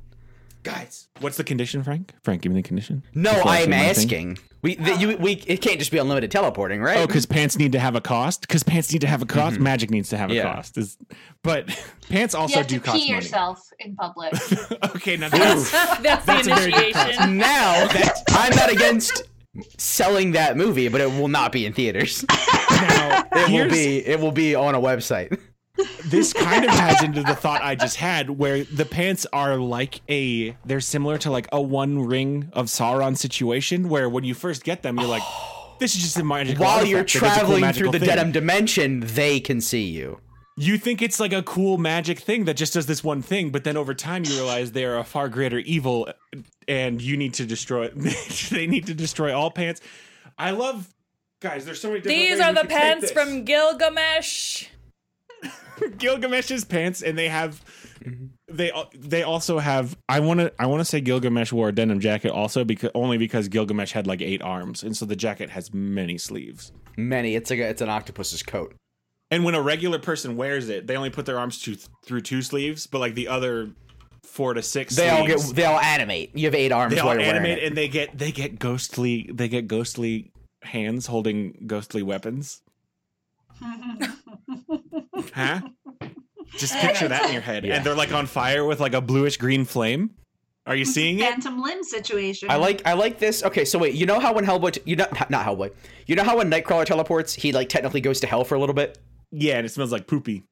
Speaker 1: guys what's the condition frank frank give me the condition
Speaker 3: No,
Speaker 1: Before
Speaker 3: I am
Speaker 1: say my thing.
Speaker 3: asking. We th- you we it can't just be unlimited teleporting, right?
Speaker 1: Oh, because pants need to have a cost. Because pants need to have a cost. Magic needs to have
Speaker 3: Mm-hmm. Yeah.
Speaker 1: a cost. Is, but (laughs) pants
Speaker 4: You
Speaker 1: also
Speaker 4: have
Speaker 1: do
Speaker 4: to
Speaker 1: cost
Speaker 4: pee
Speaker 1: money.
Speaker 4: yourself in public.
Speaker 1: (laughs)
Speaker 4: (laughs)
Speaker 1: okay, now
Speaker 3: (laughs)
Speaker 1: that's
Speaker 2: (laughs) That's the
Speaker 1: a very good
Speaker 3: (laughs)
Speaker 2: initiation.
Speaker 3: now I'm not against selling that movie, but it will not be in
Speaker 1: (laughs)
Speaker 3: theaters.
Speaker 1: now,
Speaker 3: It will
Speaker 1: here's-
Speaker 3: be it will be on a website.
Speaker 1: this kind of ties into the thought I just had where the pants are like a they're similar to like a one ring of Sauron situation where when you first get them
Speaker 3: (gasps)
Speaker 1: you're like this is just a magical
Speaker 3: While
Speaker 1: artifact
Speaker 3: you're
Speaker 1: that is a cool
Speaker 3: traveling through
Speaker 1: magical
Speaker 3: the
Speaker 1: thing.
Speaker 3: denim dimension, they can see you.
Speaker 1: you think it's like a cool magic thing that just does this one thing but then over time you realize they are a far greater evil and you need to destroy (laughs) they need to destroy all pants I love guys there's so many different
Speaker 2: These
Speaker 1: ways
Speaker 2: are
Speaker 1: we
Speaker 2: the
Speaker 1: could take
Speaker 2: pants
Speaker 1: this.
Speaker 2: from Gilgamesh.
Speaker 1: (laughs) Gilgamesh's pants, and they have they al- they also have. I want to I want to say Gilgamesh wore a denim jacket also because only because Gilgamesh had like eight arms, and so the jacket has many sleeves.
Speaker 3: Many. It's like a, it's an octopus's coat.
Speaker 1: And when a regular person wears it, they only put their arms to, through two sleeves, but like the other four to six,
Speaker 3: They all get
Speaker 1: sleeves,
Speaker 3: they all animate. You have eight arms.
Speaker 1: they
Speaker 3: while
Speaker 1: all
Speaker 3: you're wearing
Speaker 1: animate,
Speaker 3: it.
Speaker 1: and they get they get ghostly they get ghostly hands holding ghostly weapons. Huh? Just picture that in your head.
Speaker 3: Yeah.
Speaker 1: And they're like on fire with like a bluish green flame. Are you seeing it?
Speaker 4: Phantom limb situation.
Speaker 3: I like I like this. Okay, so wait, you know how when Hellboy, t- you know (laughs) not Hellboy, you know how when Nightcrawler teleports, he like technically goes to hell for a little bit.
Speaker 1: Yeah, and it smells like poopy.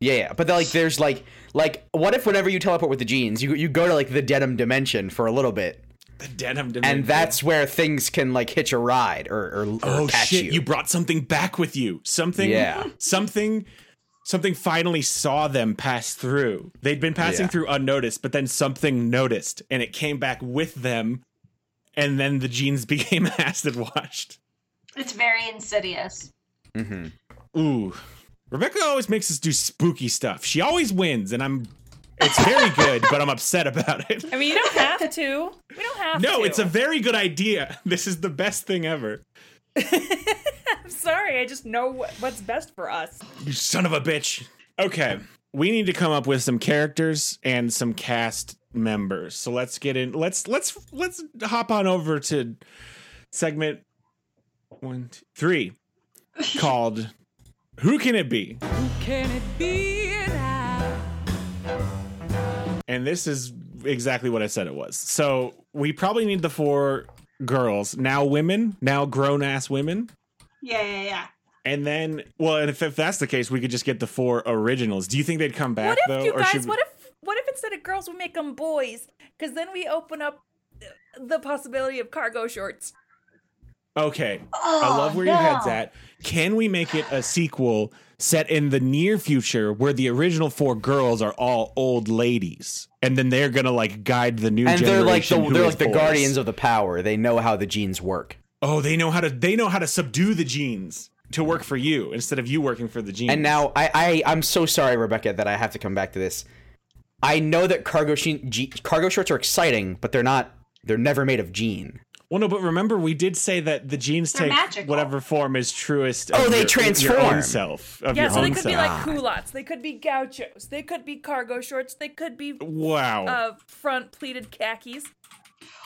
Speaker 3: Yeah, yeah. But like, there's like, like, what if whenever you teleport with the jeans, you you go to like the denim dimension for a little bit,
Speaker 1: The denim dimension.
Speaker 3: and that's where things can like hitch a ride or or, or
Speaker 1: oh
Speaker 3: catch
Speaker 1: shit! You.
Speaker 3: you.
Speaker 1: brought something back with you. Something.
Speaker 3: Yeah.
Speaker 1: Something. Something finally saw them pass through. They'd been passing
Speaker 3: Yeah.
Speaker 1: through unnoticed, but then something noticed, and it came back with them. And then the jeans (laughs) became acid washed.
Speaker 4: It's very insidious.
Speaker 3: Mhm.
Speaker 1: Ooh. Rebecca always makes us do spooky stuff. She always wins, and I'm. It's very good, but I'm upset about it.
Speaker 2: I mean, you don't have to. We don't have to.
Speaker 1: No, it's a very good idea. (laughs) This is the best thing ever.
Speaker 2: I'm sorry. I just know what, what's best for us.
Speaker 1: You son of a bitch. Okay. We need to come up with some characters and some cast members. So let's get in. Let's let's let's hop on over to segment one, two,
Speaker 2: (laughs)
Speaker 1: three, called "Who Can It Be?"
Speaker 5: Can it be that?
Speaker 1: And this is exactly what I said it was. So we probably need the four girls now, women now, grown ass women.
Speaker 4: Yeah, yeah, yeah.
Speaker 1: And then, well, and if, if that's the case, we could just get the four originals. Do you think they'd come back
Speaker 2: What if
Speaker 1: though,
Speaker 2: you guys?
Speaker 1: should we-
Speaker 2: What if? What if instead of girls we make them boys? Because then we open up the possibility of cargo shorts.
Speaker 1: Okay, I
Speaker 4: Oh,
Speaker 1: love where your head's
Speaker 4: no.
Speaker 1: at. Can we make it a sequel set in the near future where the original four girls are all old ladies, and then they're gonna like guide the new
Speaker 3: And they're like the
Speaker 1: generation? who
Speaker 3: they're
Speaker 1: is
Speaker 3: like the
Speaker 1: boys?
Speaker 3: guardians of the power. They know how the genes work.
Speaker 1: Oh, they know how to they know how to subdue the genes to work for you instead of you working for the genes.
Speaker 3: And now I, I I'm so sorry, Rebecca, that I have to come back to this. I know that cargo sheen, je- cargo shorts are exciting, but they're not. They're never made of jean.
Speaker 1: well, no, but remember we did say that the genes
Speaker 4: They're
Speaker 1: take
Speaker 4: magical.
Speaker 1: whatever form is truest. of
Speaker 3: Oh, they
Speaker 1: your- Your own
Speaker 3: transform.
Speaker 1: self of
Speaker 2: Yeah,
Speaker 1: your
Speaker 2: so they
Speaker 1: own
Speaker 2: could
Speaker 1: self.
Speaker 2: be like culottes. They could be gauchos. They could be cargo shorts. They could be
Speaker 1: wow.
Speaker 2: uh, front pleated khakis.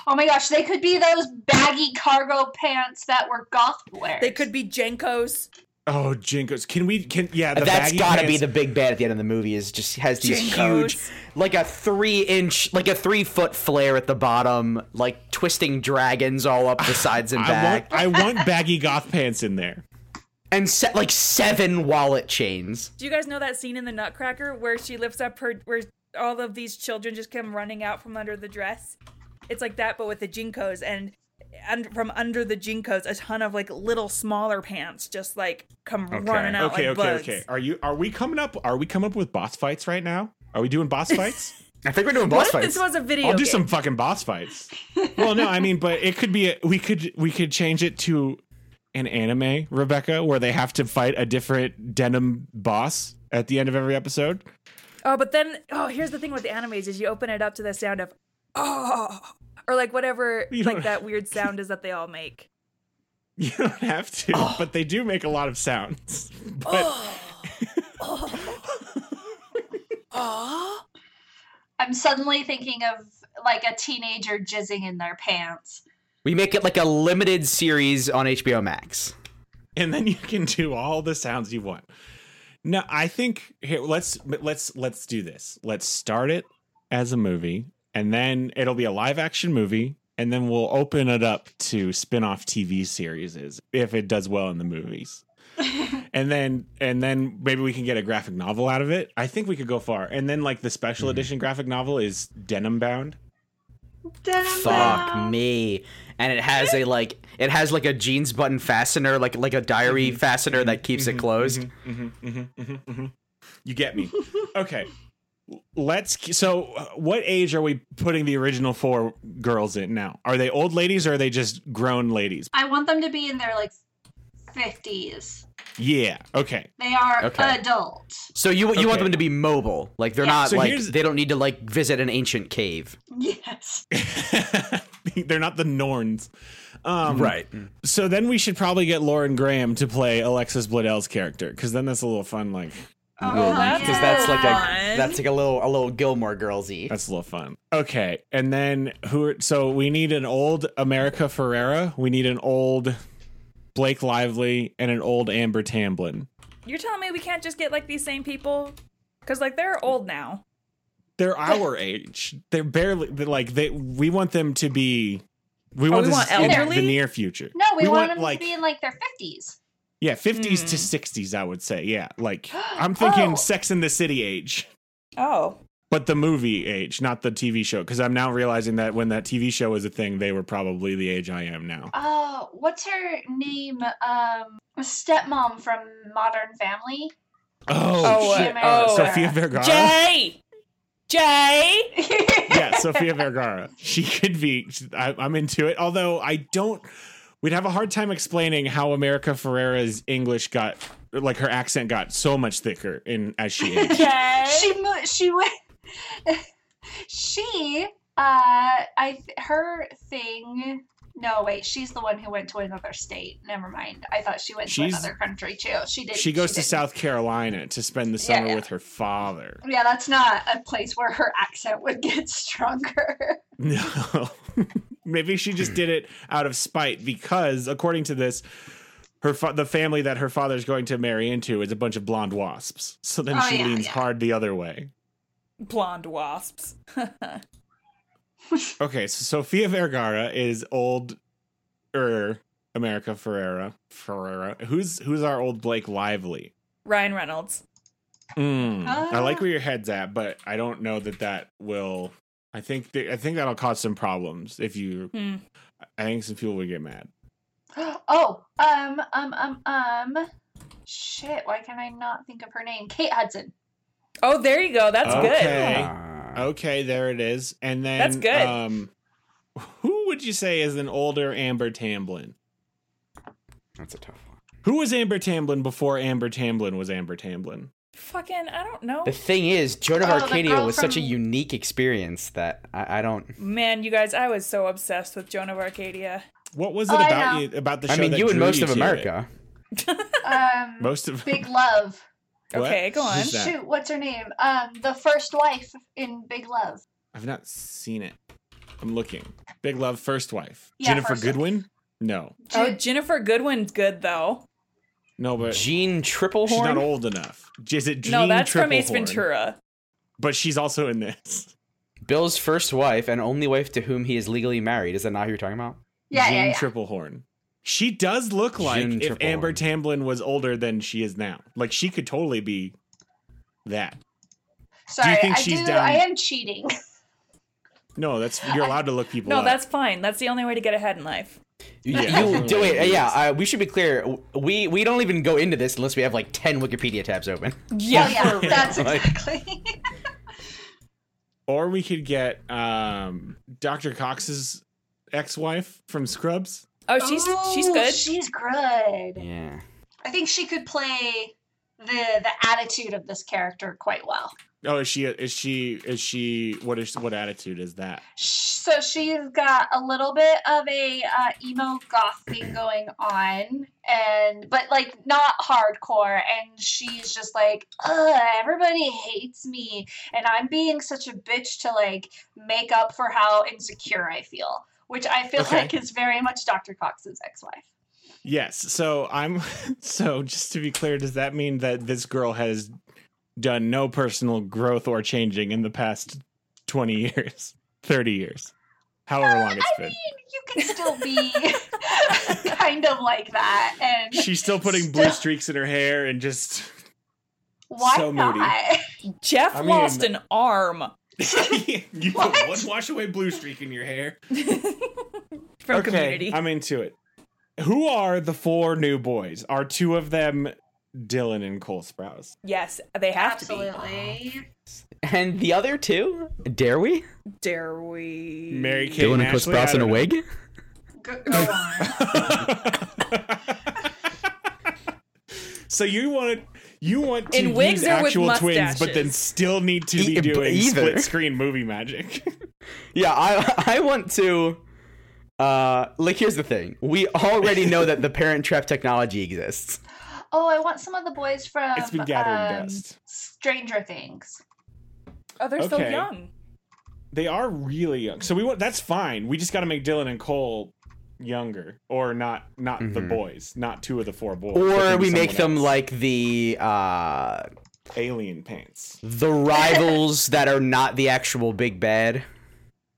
Speaker 4: Oh my gosh, they could be those baggy cargo pants that were goth wear.
Speaker 2: They could be Jenkos.
Speaker 1: oh, Jinkos, can we? Can yeah? The
Speaker 3: That's
Speaker 1: baggy
Speaker 3: gotta be
Speaker 1: pants-
Speaker 3: the big bad at the end of the movie. Is just has these
Speaker 2: Jinkos.
Speaker 3: huge, like a three inch, like a three foot flare at the bottom, like twisting dragons all
Speaker 1: (sighs)
Speaker 3: up the sides and
Speaker 1: I
Speaker 3: back,
Speaker 1: want, I want baggy goth pants in there.
Speaker 3: and set like seven wallet chains.
Speaker 2: Do you guys know that scene in the Nutcracker where she lifts up her where all of these children just come running out from under the dress? It's like that, but with the jinkos and and from under the jinkos, a ton of like little smaller pants just like come running out
Speaker 1: Okay,
Speaker 2: like
Speaker 1: okay,
Speaker 2: bugs.
Speaker 1: okay. Are you are we coming up are we coming up with boss fights right now? Are we doing boss fights?
Speaker 3: I think we're doing boss
Speaker 2: What if
Speaker 3: fights.
Speaker 2: this was a video?
Speaker 1: I'll do
Speaker 2: game?
Speaker 1: some fucking boss fights. well, no, I mean, but it could be a, we could we could change it to an anime, Rebecca, where they have to fight a different denim boss at the end of every episode. (laughs)
Speaker 2: Oh, but then oh, here's the thing with the animes is you open it up to the sound of oh, or like whatever
Speaker 1: (laughs) You don't-
Speaker 2: like that weird sound is that they all make.
Speaker 1: You don't have to, but they do make a lot of sounds. (laughs) But
Speaker 4: I'm suddenly thinking of like a teenager jizzing in their pants.
Speaker 3: we make it like a limited series on HBO Max.
Speaker 1: and then you can do all the sounds you want. No, I think here let's let's let's do this. Let's start it as a movie, and then it'll be a live action movie, and then we'll open it up to spin off TV series if it does well in the movies. and then and then maybe we can get a graphic novel out of it. I think we could go far. And then like the special edition graphic novel is denim bound.
Speaker 3: Fuck me. And it has a like it has like a jeans button fastener, like like a diary
Speaker 1: Mm-hmm.
Speaker 3: fastener that keeps it closed.
Speaker 1: You get me. Okay. Let's so uh, what age are we putting the original four girls in now? Are they old ladies or are they just grown ladies?
Speaker 4: I want them to be in their like 50s.
Speaker 1: Yeah. Okay. (laughs)
Speaker 4: They are
Speaker 3: Okay.
Speaker 4: adult. (laughs)
Speaker 3: So you you want
Speaker 1: Okay.
Speaker 3: them to be mobile. Like they're
Speaker 4: Yeah.
Speaker 3: not
Speaker 1: So
Speaker 3: like
Speaker 1: here's-
Speaker 3: they don't need to like visit an ancient cave.
Speaker 4: Yes.
Speaker 1: They're not the Norns. Um,
Speaker 3: Mm.
Speaker 1: So then we should probably get Lauren Graham to play Alexis Bledell's character because then that's a little fun. Like
Speaker 4: Oh,
Speaker 2: that's-
Speaker 3: Because that's like
Speaker 2: Yeah.
Speaker 3: a that's like a little a little Gilmore girlsy.
Speaker 1: that's a little fun. Okay. And then who? Are, so we need an old America Ferrera. We need an old Blake Lively and an old Amber Tamblyn.
Speaker 2: You're telling me we can't just get like these same people because like they're old now.
Speaker 1: they're our age. They're barely they're like they. We want them to be. We
Speaker 2: Oh,
Speaker 1: want,
Speaker 2: we
Speaker 1: this
Speaker 2: want
Speaker 1: in
Speaker 2: elderly?
Speaker 1: the near future.
Speaker 4: No, we, want, them
Speaker 1: like
Speaker 4: to be in like their 50s.
Speaker 1: Yeah, 50s to 60s, I would say. Yeah, like I'm thinking
Speaker 4: Oh.
Speaker 1: Sex in the City age,
Speaker 2: Oh,
Speaker 1: but the movie age, not the TV show. Because I'm now realizing that when that TV show was a thing, they were probably the age I am now.
Speaker 4: Uh, what's her name? Um, stepmom from Modern Family.
Speaker 1: Oh,
Speaker 2: Oh,
Speaker 1: shit.
Speaker 4: uh,
Speaker 1: Uh,
Speaker 4: oh.
Speaker 1: Sofia Vergara.
Speaker 2: Jay, Jay.
Speaker 4: (laughs)
Speaker 1: yeah, Sofia Vergara. She could be. I, I'm into it. Although I don't. We'd have a hard time explaining how America Ferrera's English got, like her accent got so much thicker in as
Speaker 4: (laughs)
Speaker 1: she aged.
Speaker 2: Jay.
Speaker 4: she mo- she wa- (laughs) she uh i th- her thing no wait she's the one who went to another state never mind i thought she went
Speaker 1: She's-
Speaker 4: to another country too she did
Speaker 1: she goes to
Speaker 4: didn't.
Speaker 1: South Carolina to spend the
Speaker 4: Yeah,
Speaker 1: summer
Speaker 4: yeah.
Speaker 1: with her father. (laughs)
Speaker 4: yeah that's not a place where her accent would (laughs) get stronger (gasps)
Speaker 1: No. Maybe she just did it out of spite because, according to this, her fa- the family that her father's going to marry into is a bunch of blonde wasps. So then
Speaker 4: Oh,
Speaker 1: she
Speaker 4: yeah,
Speaker 1: leans
Speaker 4: yeah.
Speaker 1: hard the other way.
Speaker 2: Blonde wasps.
Speaker 1: Okay, so Sofia Vergara is old er America Ferrera. Ferrera. Who's who's our old Blake Lively?
Speaker 2: Ryan Reynolds.
Speaker 3: Hmm.
Speaker 1: Mm, I like
Speaker 4: Ah.
Speaker 1: where your head's at, but I don't know that that will. I think th- I think that'll cause some problems if you.
Speaker 2: Hmm.
Speaker 1: I think some people would get mad.
Speaker 4: oh um um um um shit why can i not think of her name kate hudson
Speaker 2: Oh, there you go. That's
Speaker 1: Okay.
Speaker 2: good.
Speaker 3: Ah.
Speaker 1: Okay, there it is. And then
Speaker 2: That's good.
Speaker 1: Um, who would you say is an older Amber Tamblyn?
Speaker 3: that's a tough one.
Speaker 1: Who was Amber Tamblyn before Amber Tamblyn was Amber Tamblyn?
Speaker 2: Fucking, I don't know.
Speaker 3: The thing is, Joan of
Speaker 4: Oh, the
Speaker 3: Arcadia
Speaker 4: girl
Speaker 3: was such a
Speaker 4: from-
Speaker 3: unique experience that I, I don't.
Speaker 2: Man, you guys, I was so obsessed with Joan of Arcadia.
Speaker 1: What was it
Speaker 4: Oh, I know.
Speaker 1: about you about the show?
Speaker 3: I mean,
Speaker 1: that
Speaker 3: you and
Speaker 1: drew
Speaker 3: most of
Speaker 1: to it?
Speaker 3: America.
Speaker 4: um
Speaker 1: (laughs) Most of
Speaker 4: (laughs) big love
Speaker 1: What?
Speaker 2: Okay, go on.
Speaker 1: Who's that?
Speaker 4: shoot what's her name um the first wife in big love
Speaker 1: I've not seen it. I'm looking. Big Love, First Wife.
Speaker 4: Yeah,
Speaker 1: Jennifer
Speaker 4: First Wife.
Speaker 1: Goodwin? No,
Speaker 2: Oh, Jennifer Goodwin's good though.
Speaker 1: no, but
Speaker 3: Gene Triplehorn.
Speaker 1: she's not old enough. Is it Jean
Speaker 2: no, that's from Ace
Speaker 1: Triplehorn?
Speaker 2: Ventura.
Speaker 1: But she's also in this.
Speaker 3: Bill's first wife and only wife to whom he is legally married. Is that not who you're talking about?
Speaker 4: yeah,
Speaker 1: Jean
Speaker 4: yeah, yeah.
Speaker 1: Triplehorn. She does look like
Speaker 3: Jean
Speaker 1: if Amber
Speaker 3: Triplehorn.
Speaker 1: Tamblyn was older than she is now. Like she could totally be that.
Speaker 4: Sorry,
Speaker 1: think
Speaker 4: I
Speaker 1: she's
Speaker 4: do.
Speaker 1: down-
Speaker 4: I am cheating.
Speaker 1: No, that's you're allowed to look people
Speaker 2: No,
Speaker 1: up.
Speaker 2: that's fine. That's the only way to get ahead in life.
Speaker 3: You,
Speaker 1: Yeah.
Speaker 3: you do it. Yeah, uh, we should be clear. We we don't even go into this unless we have like ten Wikipedia tabs open.
Speaker 4: Yeah, Oh, yeah,
Speaker 2: for
Speaker 4: that's
Speaker 3: real. Like-
Speaker 4: exactly.
Speaker 1: or we could get um Dr. Cox's ex-wife from Scrubs.
Speaker 2: (laughs) Oh, she's she's
Speaker 4: Ooh,
Speaker 2: good.
Speaker 4: She's good.
Speaker 3: Yeah.
Speaker 4: I think she could play the the attitude of this character quite well.
Speaker 1: Oh, is she is she is she what is what attitude is that?
Speaker 4: Sh- So she's got a little bit of a uh, emo goth thing going on, and but like not hardcore. And she's just like, Ugh, everybody hates me, and I'm being such a bitch to like make up for how insecure I feel, which I feel
Speaker 1: Okay.
Speaker 4: like is very much Dr. Cox's ex-wife.
Speaker 1: Yes. So I'm (laughs) so just to be clear, does that mean that this girl has done no personal growth or changing in the past 20 years, (laughs) 30 years, however long it's
Speaker 4: Uh, I
Speaker 1: been?
Speaker 4: mean, you can still be (laughs) kind of like that, and
Speaker 1: She's still putting blue streaks in her hair and just (laughs)
Speaker 4: why
Speaker 1: so
Speaker 4: not?
Speaker 1: moody.
Speaker 2: Jeff
Speaker 1: I mean-
Speaker 2: lost an arm
Speaker 1: you
Speaker 4: What?
Speaker 1: one wash away blue streak in your hair.
Speaker 2: from Community.
Speaker 1: I'm into it. Who are the four new boys? Are two of them Dylan and Cole Sprouse?
Speaker 2: yes, they have to
Speaker 4: Absolutely.
Speaker 3: And the other two, dare we?
Speaker 2: be. Dare we?
Speaker 1: Mary Kate
Speaker 3: Dylan
Speaker 1: and
Speaker 3: and Chris
Speaker 1: Ashley?
Speaker 3: Sprouse
Speaker 1: I
Speaker 3: in a
Speaker 1: don't know.
Speaker 3: wig.
Speaker 4: Go, go on.
Speaker 1: so you want you want to
Speaker 2: In
Speaker 1: use
Speaker 2: wigs or with
Speaker 1: actual twins, but then
Speaker 2: mustaches?
Speaker 1: still need to
Speaker 3: E-
Speaker 1: be
Speaker 3: b-
Speaker 1: doing
Speaker 3: either.
Speaker 1: split screen movie magic.
Speaker 3: Yeah, I (laughs) I want to. Uh, like here's the thing. We already
Speaker 1: (laughs)
Speaker 3: know that the Parent Trap technology exists.
Speaker 4: Oh, I want some of the boys from
Speaker 1: it's been gathering
Speaker 4: um,
Speaker 1: dust.
Speaker 4: Stranger Things.
Speaker 2: Oh, they're so
Speaker 1: Okay.
Speaker 2: young.
Speaker 1: They are really young, so we want that's fine. We just got to make Dylan and Cole younger, or not not the
Speaker 3: Mhm.
Speaker 1: boys, not two of the four boys, but
Speaker 3: Or
Speaker 1: maybe
Speaker 3: we make
Speaker 1: someone
Speaker 3: them
Speaker 1: else.
Speaker 3: like the uh
Speaker 1: alien pants.
Speaker 3: the rivals that are not the actual big bad.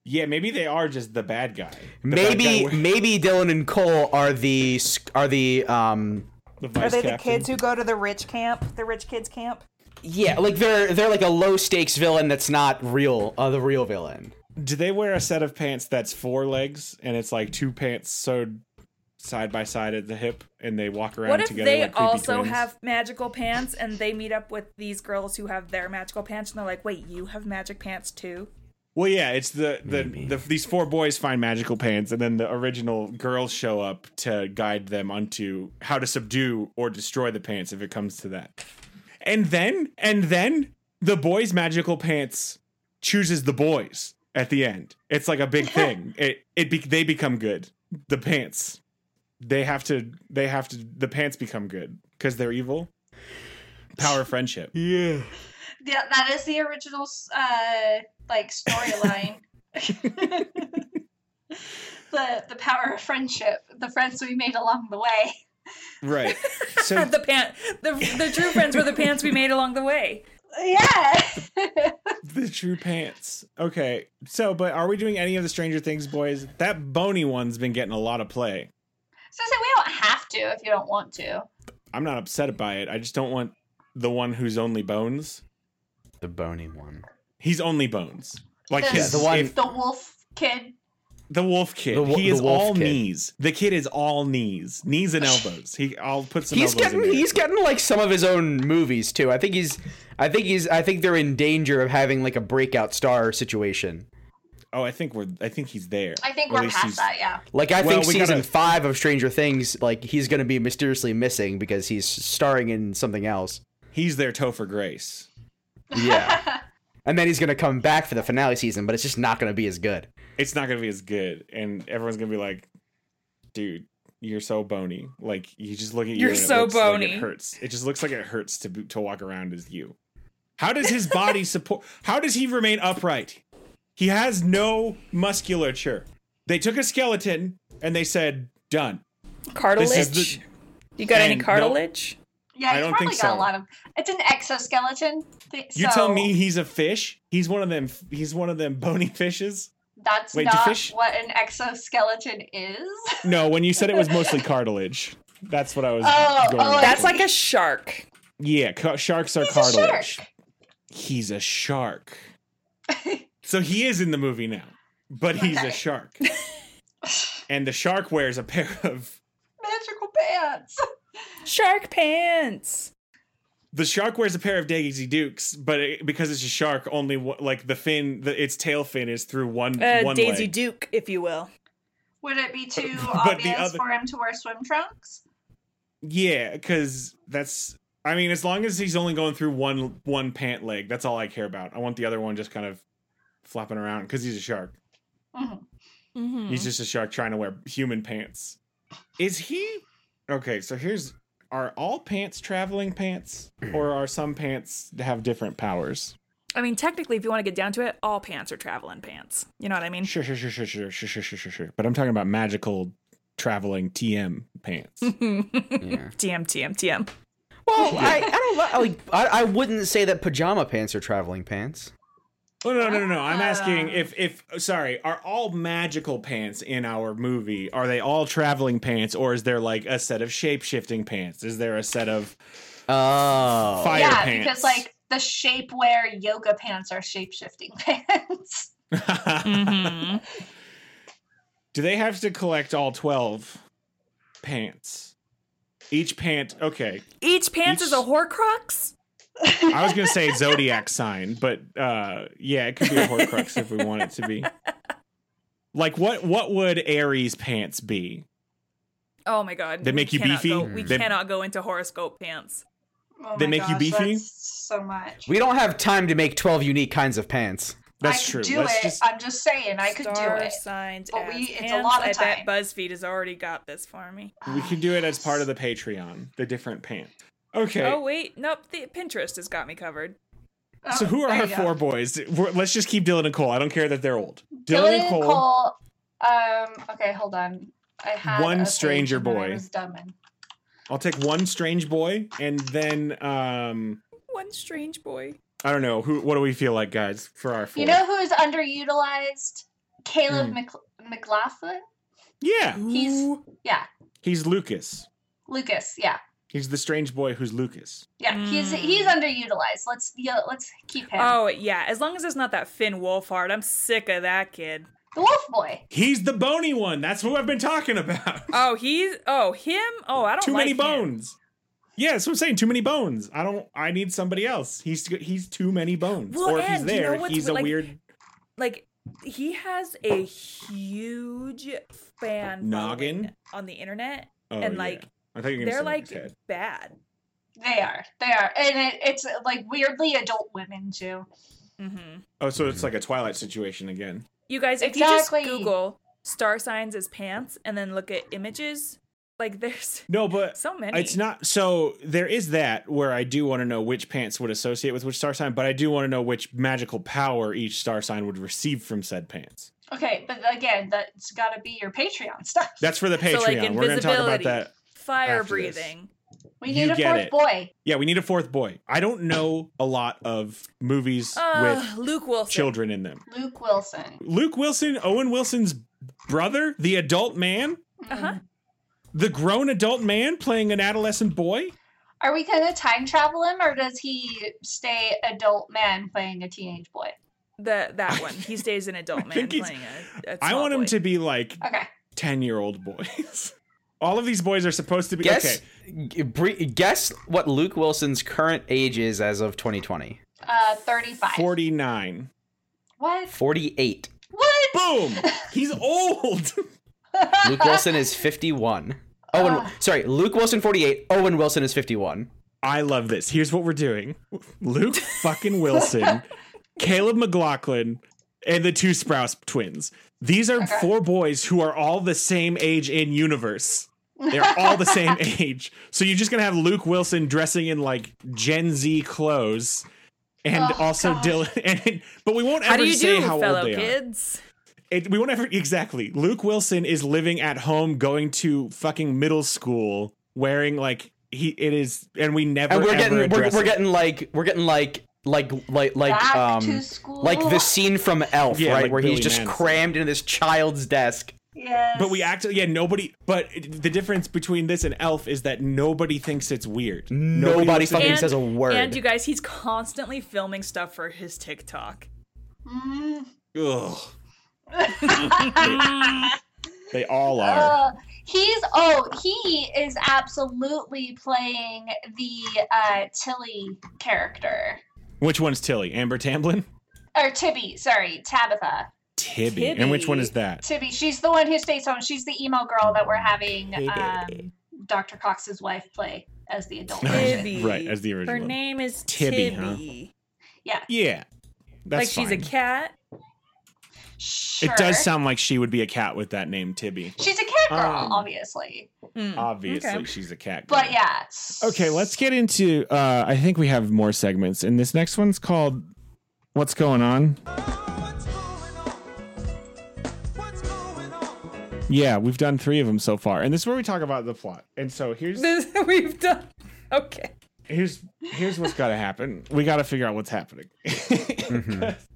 Speaker 1: Yeah, maybe they are just the bad guy. The bad guy
Speaker 3: maybe
Speaker 1: wearing-
Speaker 3: maybe Dylan and Cole are the sc- are the um
Speaker 1: The vice
Speaker 2: Are they the
Speaker 1: captain.
Speaker 2: kids who go to the rich camp? The rich kids camp?
Speaker 3: Yeah, like they're they're like a low stakes villain that's not real, uh, the real villain.
Speaker 1: Do they wear a set of pants that's four legs and it's like two pants sewed side by side at the hip and they walk around
Speaker 2: What if
Speaker 1: together
Speaker 2: they
Speaker 1: like creepy
Speaker 2: also
Speaker 1: twins?
Speaker 2: have magical pants and they meet up with these girls who have their magical pants and they're like, wait, you have magic pants (laughs) too?
Speaker 1: Well, yeah, it's the the, the these four boys find magical pants, and then the original girls show up to guide them onto how to subdue or destroy the pants if it comes to that. And then, and then the boys' magical pants chooses the boys at the end. It's like a big thing. It it be, they become good. The pants, they have to they have to the pants become good because they're evil. Power of friendship.
Speaker 3: Yeah.
Speaker 4: Yeah, that is the original uh,
Speaker 1: (laughs)
Speaker 4: like storyline. (laughs) the the power of friendship, the friends we made along the way.
Speaker 1: (laughs) Right. So
Speaker 2: (laughs) the pant the, the true friends were the pants we made along the way.
Speaker 4: (laughs) Yeah.
Speaker 1: The true pants. Okay. So, but are we doing any of the Stranger Things boys? That bony one's been getting a lot of play.
Speaker 4: so say we don't have to if you don't want to.
Speaker 1: I'm not upset by it. I just don't want the one who's only bones.
Speaker 3: The bony one.
Speaker 1: He's only bones. Like his
Speaker 3: the
Speaker 1: the,
Speaker 3: one-
Speaker 4: the wolf kid.
Speaker 1: the wolf kid.
Speaker 3: The wo-
Speaker 1: he is
Speaker 3: the wolf
Speaker 1: all
Speaker 3: kid.
Speaker 1: knees. The kid is all knees, knees and elbows. He. I'll put some.
Speaker 3: He's
Speaker 1: elbows
Speaker 3: getting
Speaker 1: in there.
Speaker 3: he's getting like some of his own movies too. I think he's I think he's I think they're in danger of having like a breakout star situation.
Speaker 1: Oh, I think we're. I think he's there.
Speaker 4: I think
Speaker 1: Or at
Speaker 4: we're
Speaker 1: least he's-
Speaker 4: past that. Yeah. (laughs)
Speaker 3: Like I
Speaker 1: Well,
Speaker 3: think
Speaker 1: we
Speaker 3: season
Speaker 1: gotta-
Speaker 3: 5 of Stranger Things like he's going to be mysteriously missing because he's starring in something else.
Speaker 1: He's their Topher Grace.
Speaker 3: Yeah. (laughs) and then he's going to come back for the finale season, but it's just not going to be as good.
Speaker 1: it's not gonna be as good, and everyone's gonna be like, "Dude, you're so bony. Like you just look at you.
Speaker 2: You're
Speaker 1: and it
Speaker 2: so
Speaker 1: looks like
Speaker 2: bony."
Speaker 1: it hurts. It just looks like it hurts to be- to walk around as you. How does his body (laughs) support? How does he remain upright? He has no musculature. They took a skeleton and they said, "Done." This is
Speaker 2: Cartilage?
Speaker 1: the-
Speaker 2: you got any
Speaker 1: and no-
Speaker 2: cartilage?
Speaker 4: Yeah,
Speaker 1: I
Speaker 4: he's
Speaker 1: don't
Speaker 4: probably
Speaker 1: think
Speaker 4: got
Speaker 1: so.
Speaker 4: a lot of. It's an exoskeleton. Th-
Speaker 1: You
Speaker 4: so
Speaker 1: tell me he's a fish. He's one of them. He's one of them bony fishes.
Speaker 4: that's
Speaker 1: wait, do
Speaker 4: not
Speaker 1: fish-
Speaker 4: what an exoskeleton is. (laughs)
Speaker 1: No, when you said it was mostly cartilage, that's what I was.
Speaker 4: Oh,
Speaker 1: going
Speaker 4: oh,
Speaker 1: with.
Speaker 2: That's like a shark.
Speaker 1: Yeah, ca- sharks are
Speaker 4: He's a
Speaker 1: cartilage.
Speaker 4: shark.
Speaker 1: He's a shark. so he is in the movie now, but he's a
Speaker 4: Okay. (laughs)
Speaker 1: shark. and the shark wears a pair of
Speaker 4: Magical pants.
Speaker 2: Shark pants.
Speaker 1: the shark wears a pair of Daisy Dukes, but it, because it's a shark, only one- like the fin, the, its tail fin is through one
Speaker 2: Uh,
Speaker 1: one
Speaker 2: Daisy
Speaker 1: leg.
Speaker 2: Duke, if you will.
Speaker 4: Would
Speaker 1: (laughs)
Speaker 4: it be too
Speaker 1: But the
Speaker 4: obvious
Speaker 1: other-
Speaker 4: for him to wear swim trunks?
Speaker 1: yeah, because that's. I mean, as long as he's only going through one one pant leg, that's all I care about. I want the other one just kind of flopping around because he's a shark.
Speaker 4: Mhm.
Speaker 2: Mm-hmm.
Speaker 1: He's just a shark trying to wear human pants. Is he okay? So here's are all pants traveling pants, or are some pants that have different powers?
Speaker 2: I mean, technically, if you want to get down to it, all pants are traveling pants. You know what I (laughs) mean?
Speaker 1: Sure, sure, sure, sure, sure, sure, sure, sure, sure, sure. But I'm talking about magical traveling TM pants.
Speaker 3: Yeah.
Speaker 2: TM, TM, TM.
Speaker 3: Well, I, I don't li- I like. I, I wouldn't say that pajama pants are traveling pants.
Speaker 1: oh no, no, no, no! I'm asking if if sorry, are all magical pants in our movie? Are they all traveling pants, or is there like a set of shape shifting pants? Is there a set of (laughs)
Speaker 3: Oh,
Speaker 1: fire
Speaker 4: yeah,
Speaker 1: pants?
Speaker 4: because like the shapewear yoga pants are shape shifting (laughs) pants.
Speaker 2: hmm
Speaker 1: Do they have to collect all 12 pants? Each pant, okay.
Speaker 2: Each pants
Speaker 1: Each-
Speaker 2: is a Horcrux?
Speaker 1: I was going to
Speaker 4: (laughs)
Speaker 1: say zodiac sign, but uh yeah, it could be a horcrux if we want it to be. Like what what would Aries pants be?
Speaker 2: Oh my god.
Speaker 1: They
Speaker 2: we
Speaker 1: make you
Speaker 2: cannot
Speaker 1: beefy?
Speaker 2: go- we
Speaker 1: They-
Speaker 2: cannot go into horoscope pants.
Speaker 4: Oh
Speaker 1: They
Speaker 4: my
Speaker 1: make you
Speaker 4: gosh,
Speaker 1: beefy?
Speaker 4: that's so much.
Speaker 3: we don't have time to make twelve unique kinds of pants.
Speaker 1: That's
Speaker 4: I
Speaker 1: true.
Speaker 4: Could do
Speaker 1: Let's
Speaker 4: it. uh,
Speaker 1: just
Speaker 4: I'm just saying, I could
Speaker 2: Star
Speaker 4: do it.
Speaker 2: signs
Speaker 4: But
Speaker 2: as
Speaker 4: we- it's a
Speaker 2: pants.
Speaker 4: lot of
Speaker 2: I bet
Speaker 4: time.
Speaker 2: BuzzFeed has already got this for me.
Speaker 1: we could do it as part of the Patreon, the different pants. Okay.
Speaker 2: Oh wait, nope. The Pinterest has got me covered.
Speaker 4: Oh,
Speaker 1: so who are
Speaker 4: there
Speaker 1: our
Speaker 4: you go.
Speaker 1: four boys? We're, let's just keep Dylan and Cole. I don't care that they're old.
Speaker 4: Dylan, and Cole. Um. Okay, hold on. I had
Speaker 1: One
Speaker 4: a page
Speaker 1: stranger
Speaker 4: and then I
Speaker 1: boy.
Speaker 4: was dumbing.
Speaker 1: I'll take one strange boy and then um
Speaker 2: One strange boy.
Speaker 1: I don't know who. What do we feel like, guys, for our four? Hmm.
Speaker 4: You know who is underutilized? Caleb Mc- McLaughlin.
Speaker 1: yeah,
Speaker 4: He's- Yeah,
Speaker 1: he's Lucas.
Speaker 4: Lucas. Yeah,
Speaker 1: He's the strange boy who's Lucas.
Speaker 4: Yeah, he's he's underutilized. Let's yeah, let's keep him.
Speaker 2: Oh yeah, as long as it's not that Finn Wolfhard, I'm sick of that kid.
Speaker 4: The Wolf Boy.
Speaker 1: He's the bony one. That's who I've been talking about. (laughs)
Speaker 2: Oh he's oh him. Oh I don't
Speaker 1: too
Speaker 2: like
Speaker 1: many
Speaker 2: him.
Speaker 1: bones. Yeah, that's what I'm saying. Too many bones. I don't. I need somebody else. He's he's too many bones.
Speaker 2: Well,
Speaker 1: or if he's
Speaker 2: and you know
Speaker 1: there,
Speaker 2: what's
Speaker 1: he's
Speaker 2: w-
Speaker 1: a
Speaker 2: like-
Speaker 1: weird
Speaker 2: Like he has a huge fan
Speaker 1: Noggin?
Speaker 2: following on the internet,
Speaker 1: oh,
Speaker 2: and
Speaker 1: yeah.
Speaker 2: like
Speaker 1: I thought you were gonna
Speaker 2: they're
Speaker 1: say
Speaker 2: like
Speaker 1: his head.
Speaker 2: bad.
Speaker 4: They are. They are. And it, it's uh, like weirdly adult women too.
Speaker 2: hmm
Speaker 1: Oh, so it's like a Twilight situation again.
Speaker 2: You guys, if
Speaker 4: Exactly.
Speaker 2: you just Google star signs as pants and then look at images, like (laughs) there's
Speaker 1: No, but
Speaker 2: so many.
Speaker 1: It's not so. There is that where I do want to know which pants would associate with which star sign, but I do want to know which magical power each star sign would receive from said pants.
Speaker 4: Okay, but again, that's got to be your Patreon (laughs) stuff.
Speaker 1: That's for the Patreon.
Speaker 2: (laughs) So like
Speaker 1: We're going to talk about
Speaker 2: invisibility,
Speaker 1: that.
Speaker 2: fire
Speaker 1: after this.
Speaker 2: breathing.
Speaker 4: We
Speaker 1: You
Speaker 4: need a
Speaker 1: get
Speaker 4: fourth
Speaker 1: it.
Speaker 4: boy.
Speaker 1: Yeah, we need a fourth boy. I don't know a lot of movies
Speaker 2: Ugh,
Speaker 1: with
Speaker 2: Uh, Luke Wilson.
Speaker 1: children in them.
Speaker 4: Luke Wilson.
Speaker 1: Luke Wilson, Owen Wilson's brother, the adult man,
Speaker 4: Mm.
Speaker 2: Uh-huh.
Speaker 1: the grown adult man playing an adolescent boy.
Speaker 4: Are we gonna time travel him, or does he stay adult man playing a teenage boy?
Speaker 2: The
Speaker 1: (laughs)
Speaker 2: that one. He stays an adult man
Speaker 1: think he's-
Speaker 2: playing a, a
Speaker 1: I
Speaker 2: small
Speaker 1: want him
Speaker 2: boy.
Speaker 1: to be like
Speaker 4: Okay,
Speaker 1: 10 year old boys. (laughs) All of these boys are supposed to be.
Speaker 3: Guess
Speaker 1: Okay.
Speaker 3: g- bre- guess what Luke Wilson's current age is as of 2020.
Speaker 4: uh, thirty-five.
Speaker 1: 49.
Speaker 4: What?
Speaker 3: 48.
Speaker 4: What?
Speaker 1: Boom! He's old.
Speaker 3: Luke Wilson
Speaker 1: (laughs)
Speaker 3: is 51.
Speaker 1: Uh.
Speaker 3: Owen, sorry, Luke Wilson 48. Owen Wilson is 51.
Speaker 1: I love this. Here's what we're doing Luke fucking
Speaker 2: (laughs)
Speaker 1: Wilson, Caleb McLaughlin, and the two Sprouse twins. These are four boys who are all the same age in universe. They're all the
Speaker 2: (laughs)
Speaker 1: same age. So you're just going to have Luke Wilson dressing in like Gen Z clothes. And
Speaker 4: Oh,
Speaker 1: also
Speaker 4: God.
Speaker 1: Dylan, (laughs) and, but we won't
Speaker 2: How
Speaker 1: ever
Speaker 2: do you
Speaker 1: say
Speaker 2: do,
Speaker 1: how
Speaker 2: fellow
Speaker 1: old they are.
Speaker 2: kids?
Speaker 1: It, we won't ever exactly. Luke Wilson is living at home, going to fucking middle school, wearing like he it is, and we never.
Speaker 3: And we're
Speaker 1: ever
Speaker 3: getting we're,
Speaker 1: address
Speaker 3: we're
Speaker 1: it.
Speaker 3: getting like we're getting like like like like
Speaker 4: Back
Speaker 3: um
Speaker 4: to school.
Speaker 3: like the scene from Elf,
Speaker 1: Yeah,
Speaker 3: right,
Speaker 1: like
Speaker 3: where
Speaker 1: Billy
Speaker 3: he's just
Speaker 1: Madison.
Speaker 3: crammed into this child's desk.
Speaker 4: Yes.
Speaker 1: But we actually, yeah, nobody. But it- the difference between this and Elf is that nobody thinks it's weird.
Speaker 3: Nobody
Speaker 1: looks at
Speaker 3: fucking
Speaker 1: it.
Speaker 3: says a word.
Speaker 2: And you guys, he's constantly filming stuff for his TikTok.
Speaker 4: Mm. (laughs)
Speaker 1: Ugh. they all are.
Speaker 4: Uh, he's oh he is absolutely playing the uh, Tilly character
Speaker 1: Which one's Tilly? Amber Tamblyn?
Speaker 4: or Tibby. Sorry, Tabitha.
Speaker 1: Tibby. And which one
Speaker 2: Tibby.
Speaker 1: is that?
Speaker 4: Tibby. She's the one who stays home. She's the emo girl that we're having um, Dr. Cox's wife play as the adult. version.
Speaker 2: Tibby.
Speaker 1: Right, as the original.
Speaker 2: Her name is
Speaker 1: Tibby,
Speaker 2: Tibby.
Speaker 1: huh?
Speaker 4: Yeah,
Speaker 1: Yeah, that's
Speaker 2: Like she's a
Speaker 1: fine.
Speaker 2: cat.
Speaker 4: sure.
Speaker 1: It does sound like she would be a cat with that name, Tibby.
Speaker 4: She's a cat girl,
Speaker 1: Um,
Speaker 4: obviously.
Speaker 2: Mm.
Speaker 1: Obviously,
Speaker 2: Okay.
Speaker 1: she's a cat. girl.
Speaker 4: But yeah.
Speaker 1: Okay, let's get into. Uh, I think we have more segments, and this next one's called "What's Going On." Yeah, we've done three of them so far, and this is where we talk about the plot. And so here's
Speaker 2: This, (laughs) we've done. Okay.
Speaker 1: here's here's what's got to happen. We got to figure out what's happening.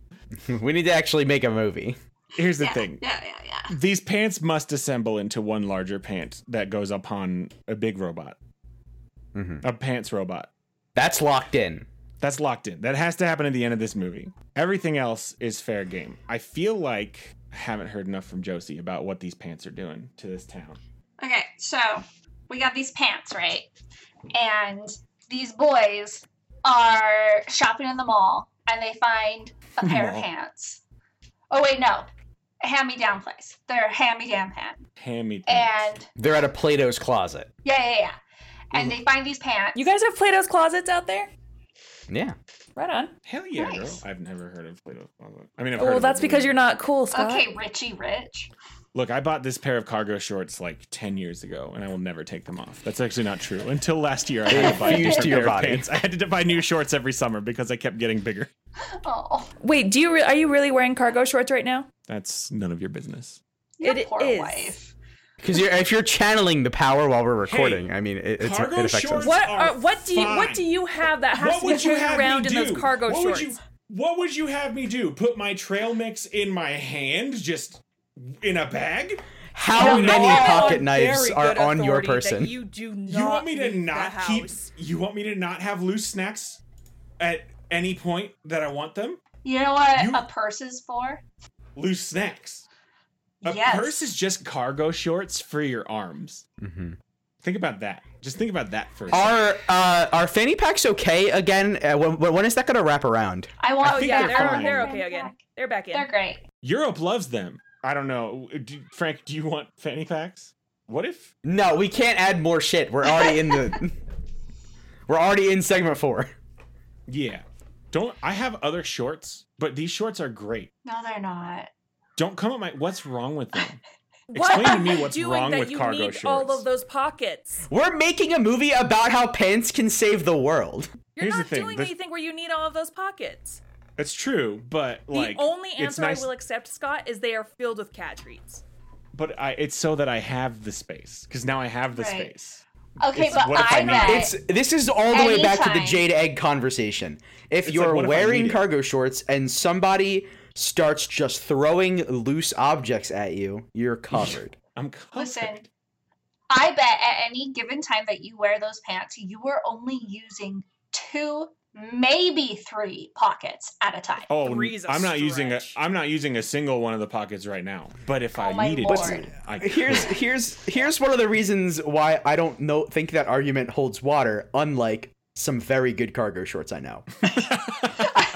Speaker 1: (laughs)
Speaker 3: (laughs) we need to actually make a movie.
Speaker 1: here's the
Speaker 4: Mm-hmm. Yeah,
Speaker 1: thing:
Speaker 4: yeah, yeah, yeah.
Speaker 1: these pants must assemble into one larger pant that goes upon a big robot, a pants robot.
Speaker 3: That's locked in.
Speaker 1: That's locked in. That has to happen at the end of this movie. Everything else is fair game. I feel like I haven't heard enough from Josie about what these pants are doing to this town.
Speaker 4: Okay, so we got these pants, right? And these boys are shopping in the mall and they find
Speaker 1: (laughs)
Speaker 4: a pair
Speaker 1: Mall.
Speaker 4: of pants. Oh, wait, no. A hand me down place. They're hand me down pants.
Speaker 1: Hammy pants.
Speaker 4: And
Speaker 3: They're at a Plato's closet.
Speaker 4: yeah, yeah, yeah. And they find these pants.
Speaker 2: You guys have Plato's closets out there?
Speaker 3: Yeah.
Speaker 2: Right on.
Speaker 1: Hell yeah,
Speaker 4: Nice.
Speaker 1: girl. I've never heard of Plato's Closet. I mean, I've heard of it,
Speaker 2: Well, Oh, that's
Speaker 1: but-
Speaker 2: because you're not cool, Scott.
Speaker 4: Okay, Richie Rich.
Speaker 1: Look, I bought this pair of cargo shorts like 10 years ago, and I will never take them off. That's actually not true. Until last year, I had to buy
Speaker 3: fused
Speaker 1: different
Speaker 3: to your
Speaker 1: pair of
Speaker 3: body.
Speaker 1: pants. I had to buy new shorts every summer because I kept getting bigger.
Speaker 4: Oh,
Speaker 2: Wait, do you re- are you really wearing cargo shorts right now?
Speaker 1: That's none of your business.
Speaker 4: your
Speaker 2: It
Speaker 4: poor
Speaker 2: is.
Speaker 4: wife.
Speaker 3: Because you're, if you're channeling the power while we're recording, I mean, it, it's,
Speaker 1: cargo
Speaker 3: it affects
Speaker 1: shorts-
Speaker 3: us.
Speaker 2: What
Speaker 1: are
Speaker 2: are, what do you
Speaker 1: fine.
Speaker 2: what do you have that has
Speaker 1: what
Speaker 2: to
Speaker 1: would
Speaker 2: get
Speaker 1: you
Speaker 2: you
Speaker 1: have
Speaker 2: around
Speaker 1: me
Speaker 2: in
Speaker 1: do?
Speaker 2: those cargo
Speaker 1: what
Speaker 2: shorts?
Speaker 1: Would you, what would you have me do? Put my trail mix in my hand, just in a bag?
Speaker 3: How
Speaker 4: No,
Speaker 3: many
Speaker 4: I have
Speaker 3: pocket
Speaker 2: on
Speaker 3: knives
Speaker 2: very
Speaker 3: are
Speaker 2: good
Speaker 3: on your
Speaker 2: authority that
Speaker 3: person?
Speaker 2: You do not.
Speaker 1: You want me to
Speaker 2: leave the
Speaker 1: not keep?
Speaker 2: house.
Speaker 1: You want me to not have loose snacks at any point that I want them?
Speaker 4: You know what
Speaker 1: You-
Speaker 4: a purse is for?
Speaker 1: Loose snacks. A
Speaker 4: yes.
Speaker 1: purse is just cargo shorts for your arms.
Speaker 3: Mhm.
Speaker 1: Think about that. Just think about that for a second.
Speaker 3: Are uh, are fanny packs okay again? Uh, when, when is that gonna wrap around?
Speaker 4: I want.
Speaker 2: Oh
Speaker 1: think
Speaker 2: yeah,
Speaker 1: they're
Speaker 2: they're
Speaker 1: fine.
Speaker 2: they're
Speaker 4: Fanny
Speaker 2: okay again.
Speaker 4: pack.
Speaker 2: They're back in.
Speaker 4: They're great.
Speaker 1: Europe loves them. I don't know. Do, Frank, do you want fanny packs? What if?
Speaker 3: No, we can't add more shit. We're already in (laughs) the. We're already in segment four.
Speaker 1: Yeah. Don't. I have other shorts, but these shorts are great.
Speaker 4: No, they're not.
Speaker 1: Don't come at my. What's wrong with them?
Speaker 2: What
Speaker 1: Explain
Speaker 2: are
Speaker 1: to
Speaker 2: you (laughs)
Speaker 1: me what's
Speaker 2: doing
Speaker 1: wrong
Speaker 2: that
Speaker 1: with
Speaker 2: you
Speaker 1: cargo
Speaker 2: need
Speaker 1: shorts.
Speaker 2: all of those pockets.
Speaker 3: We're making a movie about how pants can save the world.
Speaker 2: You're
Speaker 1: Here's the
Speaker 2: not
Speaker 1: thing,
Speaker 2: doing
Speaker 1: the-
Speaker 2: anything where you need all of those pockets.
Speaker 1: That's true, but like
Speaker 2: the only
Speaker 1: it's
Speaker 2: answer
Speaker 1: nice-
Speaker 2: I will accept, Scott, is they are filled with cat treats.
Speaker 1: But I, it's so that I have the space because now I have the
Speaker 4: Right.
Speaker 1: space.
Speaker 4: Okay,
Speaker 1: It's-
Speaker 4: but
Speaker 1: what if I
Speaker 4: I
Speaker 1: need-
Speaker 4: bet.
Speaker 3: It's this is all the way back to the
Speaker 4: Anytime.
Speaker 3: jade egg conversation.
Speaker 1: It's
Speaker 3: If
Speaker 1: like,
Speaker 3: you're
Speaker 1: what if I
Speaker 3: wearing
Speaker 1: need it?
Speaker 3: cargo shorts and somebody starts just throwing loose objects at you, you're covered.
Speaker 1: I'm covered.
Speaker 4: Listen, I bet at any given time that you wear those pants, you are only using two, maybe three pockets at a time.
Speaker 1: Oh,
Speaker 2: Three's a
Speaker 1: I'm not using a
Speaker 2: stretch.
Speaker 1: I'm not using a single one of the pockets right now. But if
Speaker 4: Oh
Speaker 1: I
Speaker 4: my
Speaker 1: needed
Speaker 4: lord.
Speaker 1: to, I could.
Speaker 3: (laughs) (laughs) here's here's here's one of the reasons why I don't know think that argument holds water. Unlike some very good cargo shorts, I (laughs) know.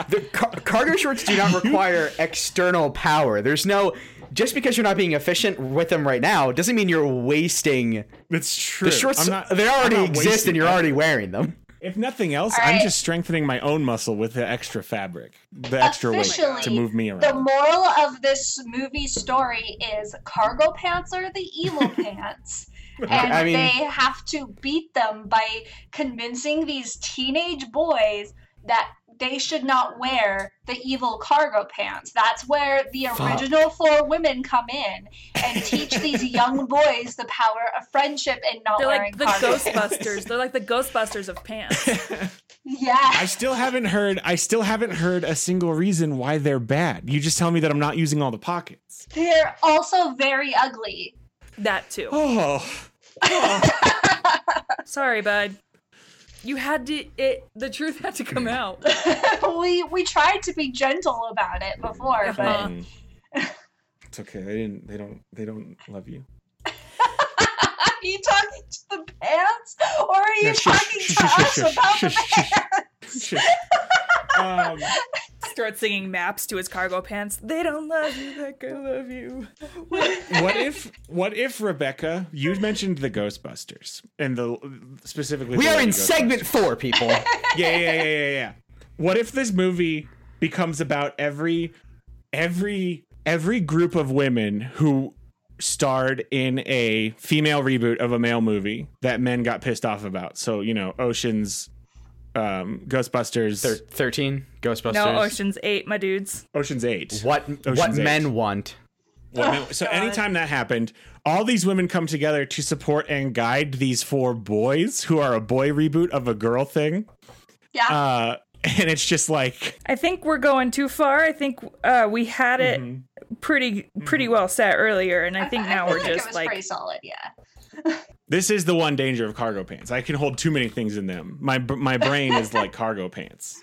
Speaker 3: the car- cargo shorts do not require external power. There's no just because you're not being efficient with them right now doesn't mean you're wasting
Speaker 1: It's true.
Speaker 3: the shorts.
Speaker 1: I'm not-
Speaker 3: they
Speaker 1: I'm
Speaker 3: already
Speaker 1: not
Speaker 3: exist,
Speaker 1: wasting
Speaker 3: and you're
Speaker 1: effort.
Speaker 3: already
Speaker 1: (laughs)
Speaker 3: wearing them.
Speaker 1: If nothing else,
Speaker 4: All
Speaker 1: I'm
Speaker 4: right.
Speaker 1: just strengthening my own muscle with the extra fabric, the extra weight to
Speaker 4: Officially,
Speaker 1: move me around.
Speaker 4: The moral of this movie story is cargo pants are the
Speaker 3: (laughs)
Speaker 4: evil pants. And
Speaker 3: I mean-
Speaker 4: they have to beat them by convincing these teenage boys that they should not wear the evil cargo pants. That's where the original four women come in and teach
Speaker 3: (laughs)
Speaker 4: these young boys the power of friendship and not
Speaker 2: They're
Speaker 4: wearing
Speaker 2: like the
Speaker 4: cargo pants. (laughs)
Speaker 2: Ghostbusters. They're like the Ghostbusters of pants.
Speaker 1: I
Speaker 4: Yeah.
Speaker 1: still haven't heard. I still haven't heard a single reason why they're bad. You just tell me that I'm not using all the pockets.
Speaker 4: They're also very ugly. (laughs)
Speaker 2: That too.
Speaker 1: Oh,
Speaker 2: Sorry, bud. You had to. It. The truth had to come out.
Speaker 4: we we tried to be gentle about it before, but
Speaker 2: Uh-huh.
Speaker 1: Mm. it's okay. They didn't. They don't. They don't love you.
Speaker 4: Are you talking to the pants, or are you
Speaker 1: No, shush,
Speaker 4: talking
Speaker 1: shush,
Speaker 4: to
Speaker 1: shush, shush,
Speaker 4: us about the
Speaker 1: shush, shush, shush. Um,
Speaker 2: Start singing maps to his cargo pants. They don't love you like I love you.
Speaker 1: what if? What if Rebecca? You mentioned the Ghostbusters and the specifically.
Speaker 3: We
Speaker 1: the
Speaker 3: are
Speaker 1: lady
Speaker 3: in
Speaker 1: Ghostbusters.
Speaker 3: segment four, people.
Speaker 1: yeah, yeah, yeah, yeah, yeah. What if this movie becomes about every every every group of women who starred in a female reboot of a male movie that men got pissed off about? So, you know, Oceans um Ghostbusters
Speaker 3: (laughs) Thir- Thirteen Ghostbusters.
Speaker 2: No, Ocean's Eight, my dudes.
Speaker 1: Oceans 8.
Speaker 3: What what
Speaker 1: Ocean's Eight.
Speaker 3: men want?
Speaker 1: Well, no, so anytime that happened, all these women come together to support and guide these four boys who are a boy reboot of a girl thing.
Speaker 4: (laughs) yeah.
Speaker 2: Um,
Speaker 1: Uh (laughs) and it's just like
Speaker 2: I think we're going too far. I think uh, we had it
Speaker 1: Mm-hmm.
Speaker 2: pretty pretty well set earlier, and I think now
Speaker 4: feel
Speaker 2: we're
Speaker 4: like it
Speaker 2: just
Speaker 4: was
Speaker 2: like
Speaker 4: pretty solid. Yeah.
Speaker 1: This is the one danger of cargo pants. I can hold too many things in them. My b- my brain is like cargo pants.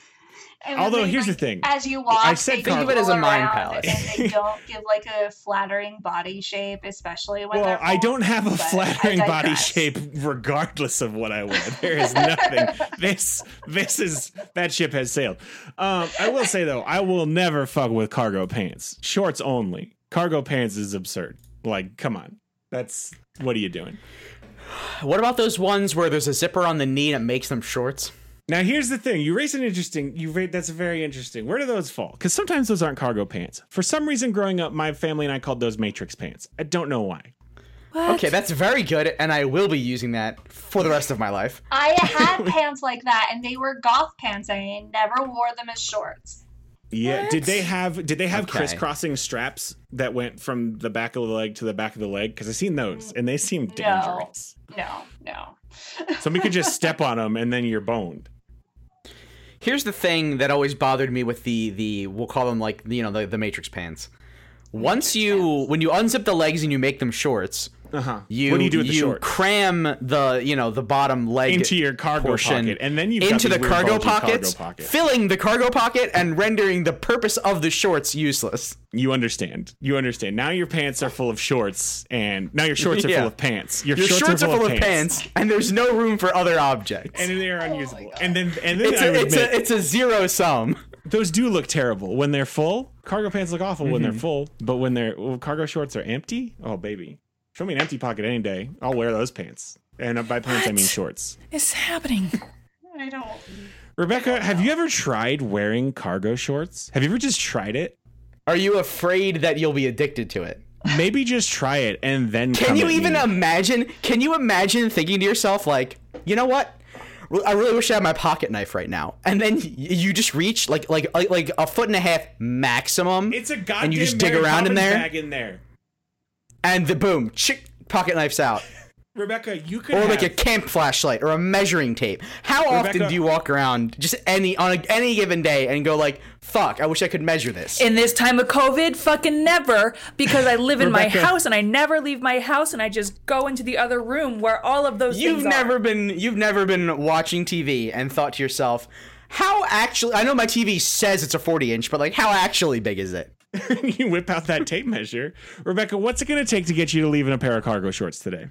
Speaker 4: And when
Speaker 1: Although
Speaker 4: they,
Speaker 1: here's the
Speaker 4: like,
Speaker 1: thing,
Speaker 4: as you walk,
Speaker 1: I said
Speaker 4: they
Speaker 1: think
Speaker 3: of it as a
Speaker 4: roll
Speaker 3: mind
Speaker 4: around
Speaker 3: palace.
Speaker 4: and they don't give like a flattering body shape, especially (laughs) when.
Speaker 1: well,
Speaker 4: they're
Speaker 1: I
Speaker 4: old,
Speaker 1: don't (laughs) have a
Speaker 4: but I
Speaker 1: flattering body
Speaker 4: digress.
Speaker 1: shape, regardless of what I wear. There is
Speaker 4: (laughs)
Speaker 1: nothing. this this is that ship has sailed. Um, I will say though, I will never fuck with cargo pants. Shorts only. Cargo pants is absurd. Like, come on, that's what are you doing?
Speaker 3: What about those ones where there's a zipper on the knee that makes them shorts?
Speaker 1: Now here's the thing. You raise an interesting. You raise that's very interesting. Where do those fall? Because sometimes those aren't cargo pants. For some reason, growing up, my family and I called those Matrix pants. I don't know why.
Speaker 3: Okay, that's very good, and I will be using that for the rest of my life.
Speaker 4: I
Speaker 1: (laughs)
Speaker 4: had pants like that, and they were goth pants, and I never wore them as shorts.
Speaker 1: Yeah. Did they have Did they have
Speaker 3: Okay.
Speaker 1: crisscrossing straps that went from the back of the leg to the back of the leg? Because I've seen those, and they seem dangerous.
Speaker 4: No, no.
Speaker 1: Somebody could just step on them, and then you're boned.
Speaker 3: Here's the thing that always bothered me with the the we'll call them like you know the, the Matrix pants Once you when you unzip the legs and you make them shorts,
Speaker 1: Uh huh.
Speaker 3: you
Speaker 1: What do you do with the
Speaker 3: Uh-huh. you
Speaker 1: short?
Speaker 3: cram the you know the bottom leg
Speaker 1: Into your cargo
Speaker 3: portion
Speaker 1: pocket, and then you've got
Speaker 3: into
Speaker 1: these
Speaker 3: the
Speaker 1: weird
Speaker 3: cargo
Speaker 1: bulgy cargo
Speaker 3: pockets,
Speaker 1: pocket.
Speaker 3: filling the cargo pocket and rendering the purpose of the shorts useless.
Speaker 1: You understand. You understand. Now your pants are full of shorts, and now your shorts are
Speaker 3: Yeah.
Speaker 1: full of pants. Your,
Speaker 3: Your shorts, are full of pants. and there's no room for other objects.
Speaker 1: and they are unusable. and then, and then
Speaker 3: it's,
Speaker 1: I
Speaker 3: a,
Speaker 1: would
Speaker 3: it's,
Speaker 1: admit,
Speaker 3: a, it's a zero sum.
Speaker 1: those do look terrible when they're full. Cargo pants look awful when they're
Speaker 3: Mm-hmm.
Speaker 1: full, but when they're well, cargo shorts are empty, oh baby, show me an empty pocket any day. I'll wear those pants. And by pants, I mean
Speaker 2: What?
Speaker 1: shorts.
Speaker 2: It's happening.
Speaker 4: I don't.
Speaker 1: Rebecca, have you ever tried wearing cargo shorts? Have you ever just tried it?
Speaker 3: Are you afraid that you'll be addicted to it?
Speaker 1: Maybe just try it and then.
Speaker 3: Can
Speaker 1: come
Speaker 3: you
Speaker 1: at
Speaker 3: even
Speaker 1: me.
Speaker 3: imagine? Can you imagine thinking to yourself like, you know what? Re- I really wish I had my pocket knife right now. And then y- you just reach like like like, like a foot and a half maximum.
Speaker 1: It's a goddamn.
Speaker 3: And you just dig around in there,
Speaker 1: Bag in there.
Speaker 3: and the boom, chick, pocket knife's out,
Speaker 1: Rebecca, you could
Speaker 3: or
Speaker 1: have,
Speaker 3: like a camp flashlight or a measuring tape. How often
Speaker 1: Rebecca-
Speaker 3: do you walk around just any on a, any given day and go like, fuck, I wish I could measure this.
Speaker 2: In this time of COVID, fucking never, because I live in my
Speaker 1: Rebecca.
Speaker 2: house and I never leave my house and I just go into the other room where all of those
Speaker 3: You've
Speaker 2: things are.
Speaker 3: never been you've never been watching TV and thought to yourself, how actually I know my TV says it's a 40 inch, but like how actually big is it?
Speaker 1: (laughs) you whip out that tape measure. Rebecca, what's it going to take to get you to leave in a pair of cargo shorts today?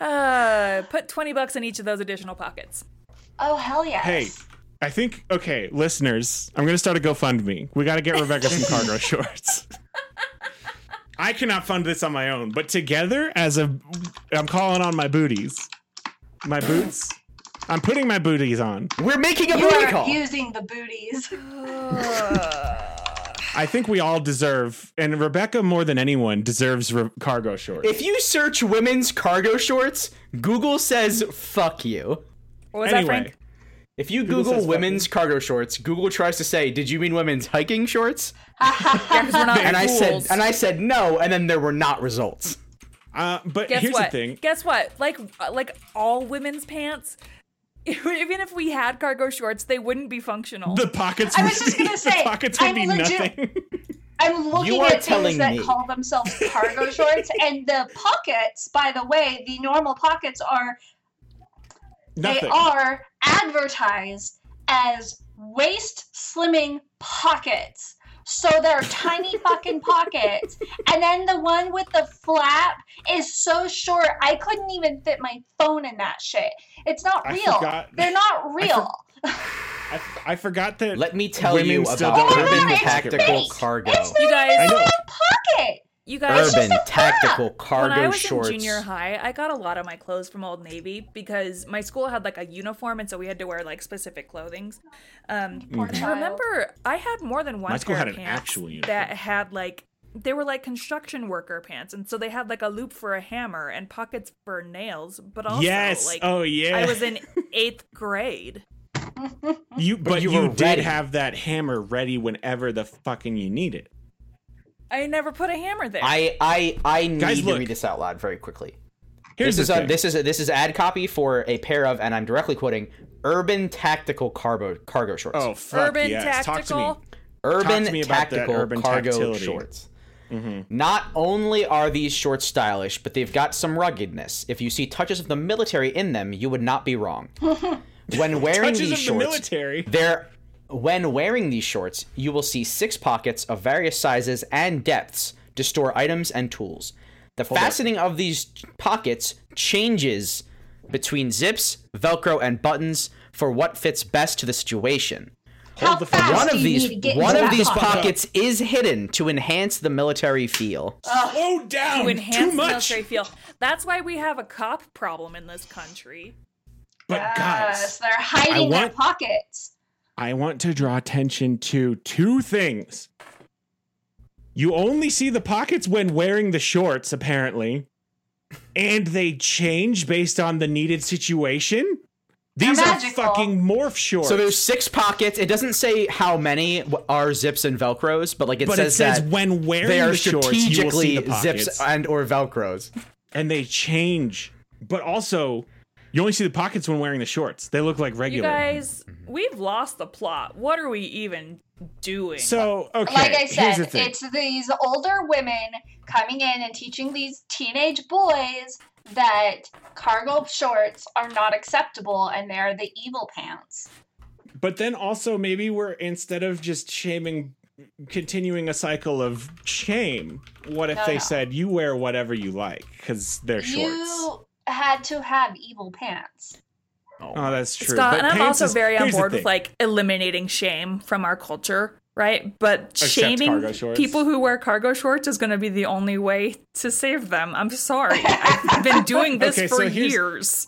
Speaker 2: Uh, put 20 bucks in each of those additional pockets.
Speaker 4: Oh hell yes.
Speaker 1: Hey, I think okay, listeners, I'm going to start a GoFundMe. We got to get Rebecca some
Speaker 2: (laughs)
Speaker 1: cargo shorts. I cannot fund this on my own, but together as a I'm calling on my booties. My boots. I'm putting my booties on.
Speaker 3: We're making a
Speaker 4: you
Speaker 3: booty
Speaker 4: are
Speaker 3: call.
Speaker 4: using the booties.
Speaker 1: I think we all deserve and Rebecca more than anyone deserves re- cargo shorts.
Speaker 3: if you search women's cargo shorts, Google says fuck you.
Speaker 2: What was that,
Speaker 1: anyway,
Speaker 2: Frank?
Speaker 3: If you
Speaker 1: Google
Speaker 3: Google,
Speaker 1: says fuck
Speaker 3: women's cargo shorts, Google tries to say, "Did you mean women's hiking shorts?"
Speaker 2: Yeah, because we're not
Speaker 3: And I said,
Speaker 2: fools.
Speaker 3: and I said no, and then there were not results.
Speaker 1: uh, but
Speaker 2: Guess
Speaker 1: here's
Speaker 2: what?
Speaker 1: the thing.
Speaker 2: Guess what? Like uh, like all women's pants, (laughs) even if we had cargo shorts, they wouldn't be functional.
Speaker 1: The pockets.
Speaker 4: I
Speaker 1: would
Speaker 4: was just gonna
Speaker 1: be-
Speaker 4: say,
Speaker 1: (laughs) the pockets would
Speaker 4: I'm
Speaker 1: be
Speaker 4: legit-
Speaker 1: nothing.
Speaker 4: I'm looking
Speaker 3: You are
Speaker 4: at
Speaker 3: telling
Speaker 4: things that
Speaker 3: me.
Speaker 4: call themselves
Speaker 3: (laughs)
Speaker 4: cargo shorts, and the pockets. By the way, the normal pockets are
Speaker 1: (laughs) nothing.
Speaker 4: they are advertised as waist slimming pockets. So they're
Speaker 3: (laughs)
Speaker 4: tiny fucking pockets. And then the one with the flap is so short, I couldn't even fit my phone in that shit. It's not
Speaker 1: I
Speaker 4: real.
Speaker 1: forgot-
Speaker 4: They're not real.
Speaker 1: I, I forgot that.
Speaker 3: Let me tell
Speaker 1: women
Speaker 3: you
Speaker 1: still
Speaker 3: about
Speaker 1: don't
Speaker 4: Oh
Speaker 3: urban
Speaker 4: my God,
Speaker 3: tactical
Speaker 4: it's fake.
Speaker 3: cargo.
Speaker 4: It's
Speaker 2: you
Speaker 1: I
Speaker 2: guys,
Speaker 1: know.
Speaker 4: Pocket.
Speaker 2: you guys,
Speaker 3: urban
Speaker 4: just a
Speaker 3: tactical cargo
Speaker 2: (laughs) when I was
Speaker 3: shorts.
Speaker 2: in junior high, I got a lot of my clothes from Old Navy because my school had like a uniform, and so we had to wear like specific clothings. Um,
Speaker 4: Poor
Speaker 2: I
Speaker 3: Mm.
Speaker 4: child.
Speaker 2: remember I had more than one.
Speaker 1: My school
Speaker 2: pair
Speaker 1: had
Speaker 2: of
Speaker 1: an
Speaker 2: pants
Speaker 1: actual uniform.
Speaker 2: that had like they were like construction worker pants, and so they had like a loop for a hammer and pockets for nails. But (laughs) also,
Speaker 1: yes.
Speaker 2: like
Speaker 1: oh yeah.
Speaker 2: I
Speaker 1: (laughs)
Speaker 2: was in eighth grade.
Speaker 1: you, but, you,
Speaker 3: you were
Speaker 1: did
Speaker 3: ready.
Speaker 1: have that hammer ready whenever the fucking you need it.
Speaker 2: I never put a hammer there.
Speaker 3: I I I need
Speaker 1: Guys,
Speaker 3: to
Speaker 1: look.
Speaker 3: read this out loud very quickly.
Speaker 1: Here's
Speaker 3: this is
Speaker 1: the
Speaker 3: a,
Speaker 1: thing.
Speaker 3: this is a, this is ad copy for a pair of, and I'm directly quoting urban tactical cargo cargo shorts.
Speaker 1: Oh fuck
Speaker 2: Urban
Speaker 1: yes.
Speaker 2: tactical.
Speaker 1: Talk to me.
Speaker 3: urban
Speaker 1: talk to me about that
Speaker 3: tactical
Speaker 1: urban
Speaker 3: cargo
Speaker 1: tactility. Mm-hmm.
Speaker 3: shorts. Not only are these shorts stylish, but they've got some ruggedness. If you see touches of the military in them, you would not be
Speaker 1: (laughs)
Speaker 3: wrong. when wearing
Speaker 1: Touches
Speaker 3: these
Speaker 1: of the
Speaker 3: shorts,
Speaker 2: (laughs)
Speaker 1: military.
Speaker 3: There, when wearing these shorts, you will see six pockets of various sizes and depths to store items and tools. The fastening of these pockets changes between zips, Velcro, and buttons for what fits best to the situation.
Speaker 4: How
Speaker 1: the fuck
Speaker 4: fast
Speaker 1: up.
Speaker 3: One
Speaker 4: do
Speaker 3: of
Speaker 4: you need to
Speaker 3: these,
Speaker 4: get
Speaker 3: one
Speaker 4: into
Speaker 3: of
Speaker 4: that
Speaker 3: these
Speaker 4: pocket?
Speaker 3: pockets is hidden to enhance the military feel.
Speaker 1: Slow Oh, down.
Speaker 2: to enhance
Speaker 1: Too
Speaker 2: the
Speaker 1: much.
Speaker 2: military feel. That's why we have a cop problem in this country.
Speaker 1: But
Speaker 4: Yes,
Speaker 1: guys,
Speaker 4: they're hiding their
Speaker 1: want-
Speaker 4: pockets.
Speaker 1: I want to draw attention to two things. You only see the pockets when wearing the shorts, apparently, and they change based on the needed situation. These are
Speaker 4: magical.
Speaker 1: fucking morph shorts.
Speaker 3: So there's six pockets. It doesn't say how many are zips and velcros, but like it
Speaker 1: but
Speaker 3: says
Speaker 1: it says
Speaker 3: that
Speaker 1: when wearing
Speaker 3: they are
Speaker 1: the shorts, you will see
Speaker 3: strategically
Speaker 1: the pockets.
Speaker 3: zips and or velcros.
Speaker 1: and they change. But also, You only see the pockets when wearing the shorts. They look like
Speaker 2: You
Speaker 1: regular. Mm-hmm.
Speaker 2: guys, we've lost the plot. What are we even doing?
Speaker 1: so okay,
Speaker 4: like I
Speaker 1: here's the
Speaker 4: said,
Speaker 1: thing.
Speaker 4: it's these older women coming in and teaching these teenage boys that cargo shorts are not acceptable and they're the evil pants.
Speaker 1: But then also maybe we're instead of just shaming continuing a cycle of shame, what if
Speaker 4: No,
Speaker 1: they
Speaker 4: no.
Speaker 1: said you wear whatever you like cuz they're shorts.
Speaker 4: You had to have evil pants.
Speaker 1: Oh, that's true.
Speaker 2: Scott,
Speaker 1: But
Speaker 2: and I'm
Speaker 1: pants
Speaker 2: also
Speaker 1: is-
Speaker 2: very on
Speaker 1: here's the
Speaker 2: board
Speaker 1: thing.
Speaker 2: with like eliminating shame from our culture, right?
Speaker 1: cargo
Speaker 2: But shaming
Speaker 1: shorts.
Speaker 2: people who wear cargo shorts is going to be the only way to save them. I'm sorry.
Speaker 1: (laughs)
Speaker 2: I've been doing this
Speaker 1: Okay,
Speaker 2: for
Speaker 1: so here's-
Speaker 2: years.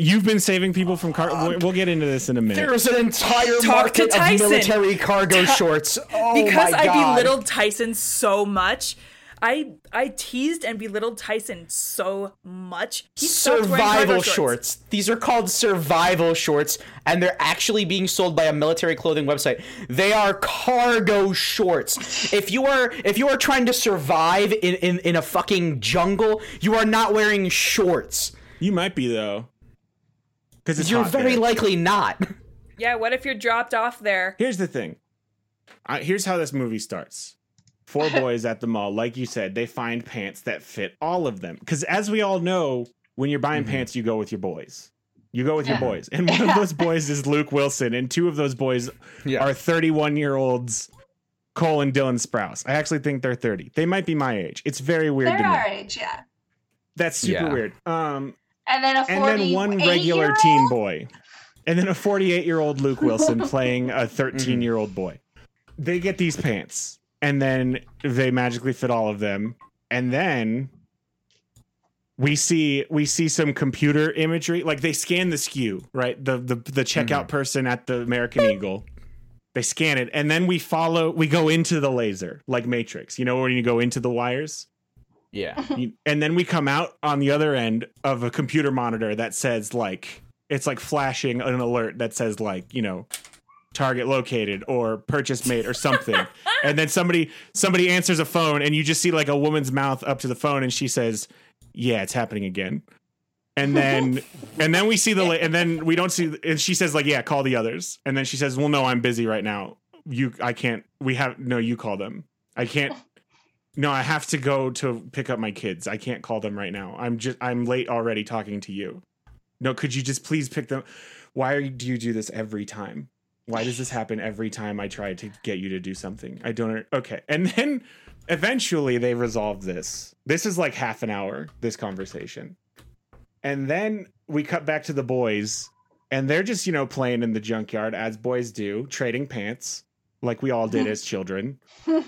Speaker 1: You've been saving people from car. we'll- we'll get into this in a minute.
Speaker 3: There's an entire
Speaker 2: Talk to
Speaker 3: market of
Speaker 2: Tyson.
Speaker 3: military cargo shorts. Oh
Speaker 2: because
Speaker 3: my
Speaker 2: I
Speaker 3: God.
Speaker 2: belittled Tyson so much. I I teased and belittled Tyson so much. He stopped wearing cargo
Speaker 3: survival shorts. These are called survival shorts, and they're actually being sold by a military clothing website. They are cargo
Speaker 2: (laughs)
Speaker 3: shorts. if you are if you are trying to survive in, in, in a fucking jungle, you are not wearing shorts.
Speaker 1: You might be though, because it's
Speaker 3: You're
Speaker 1: hot
Speaker 3: very
Speaker 1: there.
Speaker 3: likely not.
Speaker 2: Yeah, what if you're dropped off there?
Speaker 1: Here's the thing. I, here's how this movie starts. Four boys at the mall, like you said, they find pants that fit all of them. Because as we all know, when you're buying pants, you go with your boys. You go with
Speaker 4: Yeah.
Speaker 1: your boys, and one of those boys is Luke Wilson, and two of those boys
Speaker 3: Yeah.
Speaker 1: are 31 year olds. Cole and Dylan Sprouse. I actually think they're 30. They might be my age. It's very weird
Speaker 4: They're
Speaker 1: to me.
Speaker 4: our age, yeah.
Speaker 1: That's super
Speaker 3: Yeah.
Speaker 1: weird. Um,
Speaker 4: And then a
Speaker 1: and then one regular teen boy, and then a 48 year old Luke Wilson playing a 13 year old boy. They get these pants, and then they magically fit all of them, and then we see we see some computer imagery. Like they scan the SKU, right? The the the checkout person at the American Eagle. They scan it, and then we follow. We go into the laser, like Matrix. You know when you go into the wires.
Speaker 3: yeah.
Speaker 1: (laughs) You- and then we come out on the other end of a computer monitor that says like it's like flashing an alert that says like you know target located or purchase made or something and then somebody somebody answers a phone and you just see like a woman's mouth up to the phone and she says yeah it's happening again and then and then we see the la- and then we don't see and she says like yeah call the others and then she says well no i'm busy right now you i can't we have no you call them i can't no i have to go to pick up my kids i can't call them right now i'm just i'm late already talking to you no could you just please pick them why are you, do you do this every time why does this happen every time i try to get you to do something i don't okay and then eventually they resolve this this is like half an hour this conversation and then we cut back to the boys and they're just you know playing in the junkyard as boys do trading pants like we all did as children
Speaker 4: teen.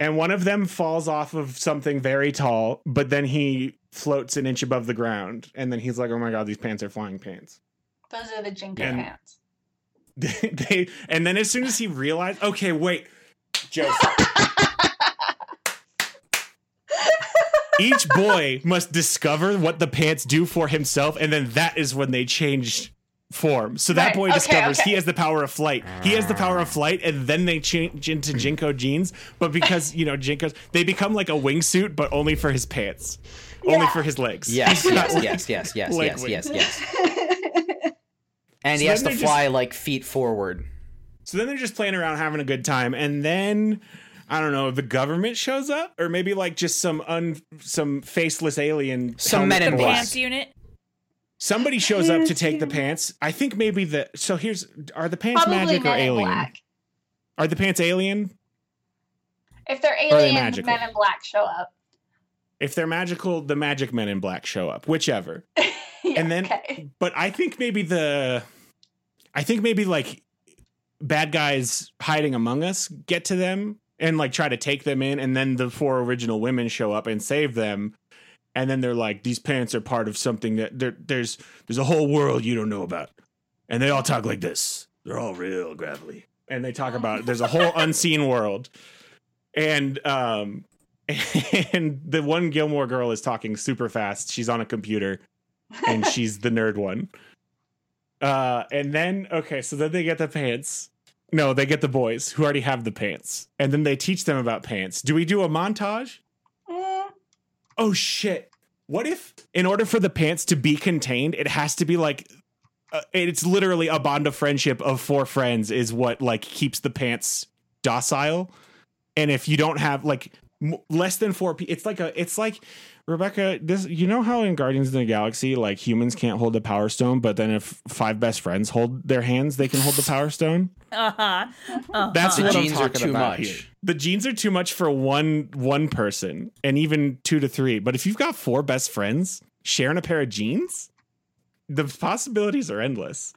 Speaker 1: and one of them falls off of something very tall, but then he floats an inch above the ground, and then he's like, "Oh my god, these pants are flying pants."
Speaker 4: Those are the jinko
Speaker 1: And-
Speaker 4: pants.
Speaker 1: (laughs) they, and then as soon as he realized, okay, wait, Joseph.
Speaker 4: (laughs)
Speaker 1: Each boy must discover what the pants do for himself, and then that is when they change form. So that
Speaker 4: Right,
Speaker 1: boy
Speaker 4: okay,
Speaker 1: discovers
Speaker 4: okay.
Speaker 1: he has the power of flight. He has the power of flight, and then they change into Jinko jeans. But because you know Jinkos, they become like a wingsuit, but only for his pants, only
Speaker 4: Yeah.
Speaker 1: for his legs.
Speaker 3: (laughs) Yes,
Speaker 1: He's not
Speaker 2: (laughs)
Speaker 1: like-
Speaker 3: yes, (laughs) yes, yes, yes,
Speaker 1: Like
Speaker 3: yes,
Speaker 1: when-
Speaker 3: yes, yes.
Speaker 1: So
Speaker 3: And
Speaker 1: then
Speaker 3: he has to
Speaker 1: they're just-
Speaker 3: fly like feet forward.
Speaker 1: So then they're just playing around, having a good time, and then I don't know, the government shows up, or maybe like just some un some faceless alien,
Speaker 3: Some
Speaker 1: helmet
Speaker 3: men in
Speaker 1: boy.
Speaker 3: black.
Speaker 2: Pants unit.
Speaker 1: Somebody shows up to take the pants. I think maybe the so here's are the pants
Speaker 4: Probably
Speaker 1: magic or
Speaker 4: men in
Speaker 1: alien?
Speaker 4: black.
Speaker 1: Are the pants alien?
Speaker 4: If they're
Speaker 1: they
Speaker 4: alien,
Speaker 1: magical?
Speaker 4: men in black show up. (laughs)
Speaker 1: If they're magical, the magic men in black show up, whichever.
Speaker 4: (laughs) Yeah,
Speaker 1: And then-
Speaker 4: okay.
Speaker 1: But I think maybe the I think maybe like bad guys hiding among us get to them and like try to take them in and then the four original women show up and save them. And then they're like these pants are part of something that there there's there's a whole world you don't know about. And they all talk like this. They're all real gravelly. And they talk about there's a whole unseen world. And um (laughs) and the one Gilmore girl is talking super fast. She's on a computer and she's the nerd one. Uh, and then okay, so then they get the pants. No, they get the boys who already have the pants, and then they teach them about pants. Do we do a montage?
Speaker 4: Mm,
Speaker 1: Oh shit! What if, in order for the pants to be contained, it has to be like, uh, it's literally a bond of friendship of four friends is what like keeps the pants docile. And if you don't have like m- less than four, pe- it's like a, it's like Rebecca. This you know how in Guardians of the Galaxy, like humans can't hold the Power Stone, but then if five best friends hold their hands, they can hold the Power
Speaker 3: (laughs)
Speaker 1: Stone.
Speaker 2: Uh huh.
Speaker 1: That's
Speaker 3: Uh-huh. The
Speaker 1: what I'm
Speaker 3: genes are
Speaker 1: talking
Speaker 3: too
Speaker 1: about
Speaker 3: much.
Speaker 1: here. The genes are too much for one one person, and even two to three. But if you've got four best friends sharing a pair of jeans, the possibilities are endless.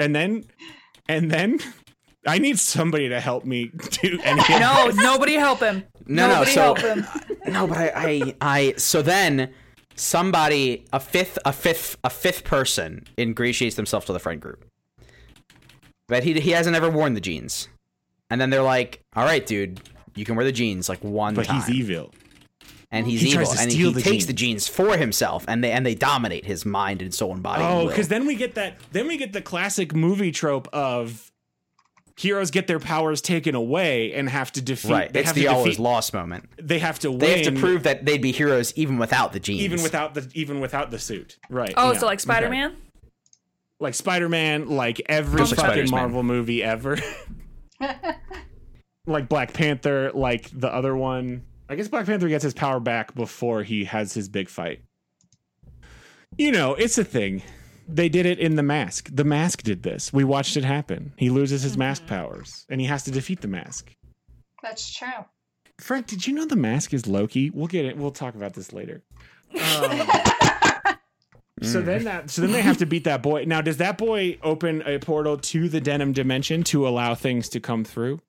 Speaker 1: and then, and then, I need somebody to help me
Speaker 3: (laughs)
Speaker 1: do any. of
Speaker 2: (laughs) No, nobody help him.
Speaker 3: No, no,
Speaker 2: nobody
Speaker 3: so-
Speaker 2: help him.
Speaker 3: No, but I, I, I. So then, somebody, a fifth, a fifth, a fifth person ingratiates themselves to the friend group. But he he hasn't ever worn the jeans, and then they're like, "All right, dude, you can wear the jeans like one
Speaker 1: But
Speaker 3: time."
Speaker 1: he's evil.
Speaker 3: and he's
Speaker 1: He
Speaker 3: evil,
Speaker 1: tries to
Speaker 3: and
Speaker 1: steal
Speaker 3: he
Speaker 1: the
Speaker 3: takes the jeans for himself, and they and they dominate his mind and soul and body. and
Speaker 1: Oh,
Speaker 3: will.
Speaker 1: because then we get that. Then we get the classic movie trope of heroes get their powers taken away and have to defeat.
Speaker 3: right,
Speaker 1: They
Speaker 3: it's
Speaker 1: have
Speaker 3: the
Speaker 1: to
Speaker 3: always
Speaker 1: defeat,
Speaker 3: lost moment.
Speaker 1: They have to.
Speaker 3: They
Speaker 1: win
Speaker 3: have to prove that they'd be heroes even without the jeans.
Speaker 1: even without the even without the suit. Right.
Speaker 2: Oh,
Speaker 1: Yeah.
Speaker 2: so like Spider Man?
Speaker 1: like Spider Man, like every
Speaker 3: Just
Speaker 1: fucking
Speaker 3: like Spider-Man.
Speaker 1: Marvel movie ever. like Black Panther, like the other one. I guess Black Panther gets his power back before he has his big fight. You know, it's a thing. They did it in The Mask. The Mask did this. We watched it happen. He loses his mask powers and he has to defeat the mask.
Speaker 4: That's true.
Speaker 1: Frank, did you know the mask is Loki? We'll get it. We'll talk about this later. Um, so then that so then they have to beat that boy. Now, does that boy open a portal to the denim dimension to allow things to come through?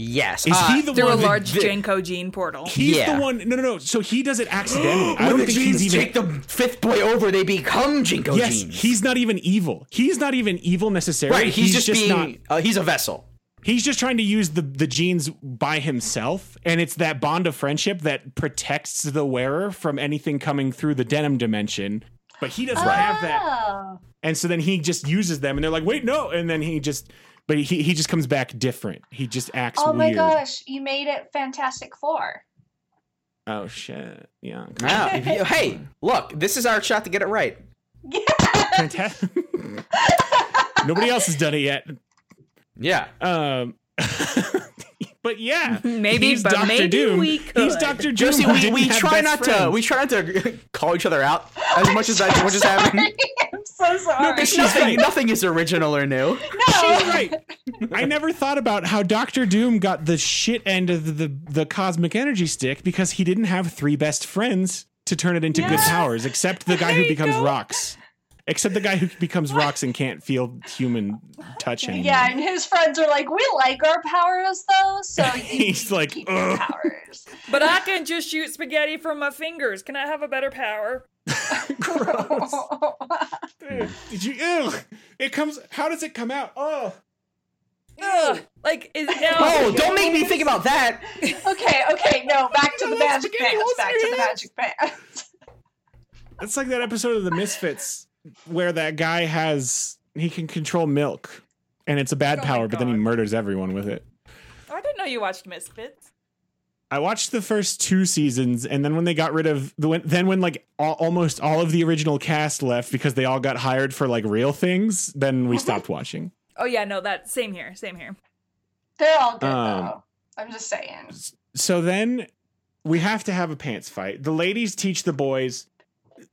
Speaker 3: yes,
Speaker 1: Is
Speaker 3: Ah,
Speaker 1: he the
Speaker 2: Uh, Through a
Speaker 1: one?
Speaker 2: large
Speaker 3: the-
Speaker 2: Janko
Speaker 3: (laughs)
Speaker 2: gene portal.
Speaker 1: he's
Speaker 3: Yeah.
Speaker 1: the one. No, no, no. So he does it
Speaker 3: (gasps)
Speaker 1: accidentally. I
Speaker 3: When
Speaker 1: don't
Speaker 3: the
Speaker 1: think he's
Speaker 3: jeans
Speaker 1: even.
Speaker 3: take the fifth boy over. They become Jinko
Speaker 1: yes,
Speaker 3: jeans.
Speaker 1: he's not even evil. He's not even evil necessarily.
Speaker 3: right. He's, just,
Speaker 1: not.
Speaker 3: being. uh, he's a vessel.
Speaker 1: He's just trying to use the the genes by himself, and it's that bond of friendship that protects the wearer from anything coming through the denim dimension. But he
Speaker 4: Ah.
Speaker 1: doesn't have that,
Speaker 4: Oh.
Speaker 1: and so then he just uses them, and they're like, "Wait, no!" And then he just, but he he just comes back different. He just acts.
Speaker 4: Oh my
Speaker 1: weird.
Speaker 4: gosh, you made it Fantastic Four.
Speaker 1: Oh shit! (laughs) Yeah.
Speaker 3: Wow. If you- hey, look, this is our shot to get it right.
Speaker 1: Fantastic. (laughs) Nobody else has done it yet.
Speaker 3: Yeah.
Speaker 1: Um. (laughs) But yeah,
Speaker 2: Maybe,
Speaker 1: he's
Speaker 2: but
Speaker 1: Doctor
Speaker 2: maybe
Speaker 1: Doom.
Speaker 2: we
Speaker 1: He's
Speaker 2: could.
Speaker 1: Doctor Doom.
Speaker 3: Josie,
Speaker 1: who
Speaker 3: we,
Speaker 1: didn't
Speaker 3: we
Speaker 1: have
Speaker 3: try
Speaker 1: best
Speaker 3: not to
Speaker 1: friends.
Speaker 3: we try not to (laughs) call each other out as much as that as
Speaker 1: (laughs)
Speaker 3: much as happening.
Speaker 4: I'm so sorry.
Speaker 1: but she's
Speaker 3: Nothing,
Speaker 1: right.
Speaker 3: nothing is original or new.
Speaker 1: She's
Speaker 2: Oh.
Speaker 1: right. I never thought about how Doctor Doom got the shit end of the, the cosmic energy stick because he didn't have three best friends to turn it into good
Speaker 2: Yeah.
Speaker 1: powers, except the guy
Speaker 2: There
Speaker 1: who
Speaker 2: you
Speaker 1: becomes
Speaker 2: go.
Speaker 1: rocks. Except the guy who becomes rocks and can't feel human touch anymore.
Speaker 4: Yeah, and his friends are like, we like our powers though,
Speaker 1: (laughs)
Speaker 4: so you
Speaker 1: He's like,
Speaker 4: keep your
Speaker 1: "Ugh."
Speaker 4: powers. (laughs)
Speaker 2: But I can just shoot spaghetti from my fingers. Can I have a better power?
Speaker 1: Gross. (laughs) Dude, Did you? Ew. It comes. How does it come out? Oh.
Speaker 2: Ugh. Like (laughs) is now
Speaker 3: Oh, don't make me think about that.
Speaker 4: okay, okay, no, back to the
Speaker 1: That's
Speaker 4: magic
Speaker 1: spaghetti
Speaker 4: bands.
Speaker 1: holes in
Speaker 4: Back
Speaker 1: your
Speaker 4: to the magic bands.
Speaker 1: It's like that episode of The Misfits where that guy has he can control milk, and it's a bad
Speaker 2: Oh my
Speaker 1: power, but then he
Speaker 2: God.
Speaker 1: murders everyone with it.
Speaker 2: I didn't know you watched Misfits.
Speaker 1: I watched the first two seasons, and then when they got rid of the when, then when like all, almost all of the original cast left because they all got hired for like real things, then
Speaker 3: Uh-huh.
Speaker 1: we stopped watching.
Speaker 2: Oh yeah, no, that same here, same here.
Speaker 4: (laughs) They're all good
Speaker 1: Um,
Speaker 4: though. I'm just saying.
Speaker 1: So then we have to have a pants fight. The ladies teach the boys.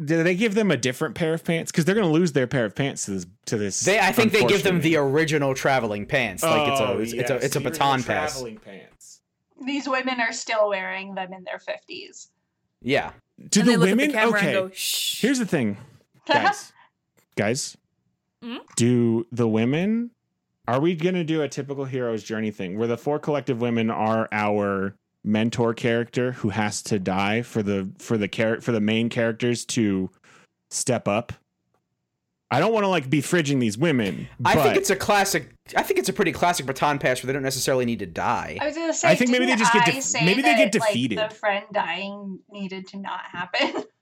Speaker 1: Do they give them a different pair of pants? Because they're going to lose their pair of pants to this. To this,
Speaker 3: They, I think they give them
Speaker 1: unfortunately.
Speaker 3: the original traveling pants. Like it's a
Speaker 1: Oh,
Speaker 3: it's,
Speaker 1: yes,
Speaker 3: it's a it's a
Speaker 1: the original
Speaker 3: baton pass.
Speaker 1: traveling pants.
Speaker 4: These women are still wearing them in their fifties. (laughs)
Speaker 3: Yeah.
Speaker 1: Do
Speaker 2: and
Speaker 1: the
Speaker 2: they look
Speaker 1: women?
Speaker 2: at the camera
Speaker 1: okay,
Speaker 2: and go, shh.
Speaker 1: here's the thing, guys. guys,
Speaker 2: Hmm?
Speaker 1: do the women? Are we gonna do a typical hero's journey thing where the four collective women are our mentor character who has to die for the for the char- for the main characters to step up? I don't want to like be fridging these women.
Speaker 3: I
Speaker 1: but
Speaker 3: think it's a classic. I think it's a pretty classic baton pass where they don't necessarily need to die.
Speaker 4: I was gonna say,
Speaker 1: I think maybe they
Speaker 4: didn't
Speaker 1: just get
Speaker 4: I
Speaker 1: def-
Speaker 4: say
Speaker 1: maybe they get
Speaker 4: that, like,
Speaker 1: defeated.
Speaker 4: the friend dying needed to not happen. (laughs)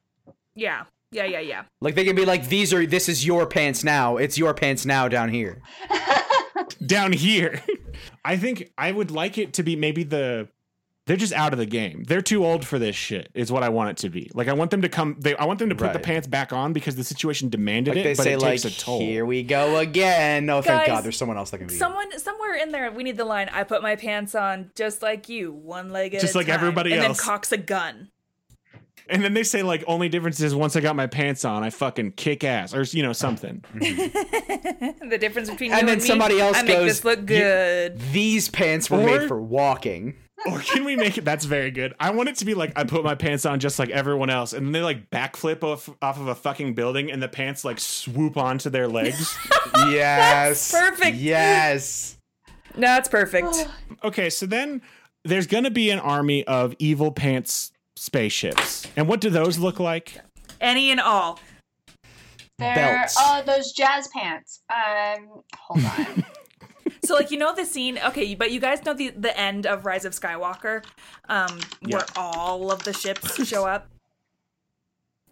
Speaker 2: Yeah. Yeah, yeah, yeah.
Speaker 3: Like they can be like, these are this is your pants now. It's your pants now down here.
Speaker 1: (laughs) down here. I think I would like it to be maybe the they're just out of the game. They're too old for this shit. Is what I want it to be. Like I want them to come. They I want them to put the
Speaker 3: Right.
Speaker 1: pants back on because the situation demanded
Speaker 3: Like
Speaker 1: it.
Speaker 3: they
Speaker 1: but
Speaker 3: say,
Speaker 1: it
Speaker 3: like,
Speaker 1: takes a toll.
Speaker 3: here we go again. Oh, thank
Speaker 2: Guys,
Speaker 3: God, there's someone else that can be.
Speaker 2: Someone somewhere in there, we need the line. I put my pants on just like you, one leg at
Speaker 1: Just
Speaker 2: a
Speaker 1: like
Speaker 2: time,"
Speaker 1: everybody
Speaker 2: and
Speaker 1: else.
Speaker 2: then cocks a gun. (laughs)
Speaker 1: And then they say like only difference is once I got my pants on, I fucking kick ass or you know something.
Speaker 2: the difference between
Speaker 3: And
Speaker 2: you
Speaker 3: then
Speaker 2: me,
Speaker 3: somebody else
Speaker 2: I make
Speaker 3: goes,
Speaker 2: this look
Speaker 3: "You-
Speaker 2: good.
Speaker 3: These pants were made
Speaker 1: Or-
Speaker 3: for
Speaker 2: (laughs)
Speaker 3: walking.
Speaker 1: or can we make it? That's very good. I want it to be like I put my pants on just like everyone else, and then they like backflip off off of a fucking building, and the pants like swoop onto their legs.
Speaker 3: yes.
Speaker 2: perfect.
Speaker 3: Yes.
Speaker 2: no,
Speaker 3: (sighs)
Speaker 2: that's perfect.
Speaker 1: okay, so then there's gonna be an army of evil pants spaceships, and what do those look like?
Speaker 2: Any and all.
Speaker 4: They're
Speaker 3: Belts.
Speaker 4: oh those jazz pants. Um, hold on.
Speaker 2: So like you know the scene, okay, but you guys know the the end of Rise of Skywalker, um,
Speaker 1: Yeah.
Speaker 2: where all of the ships show up,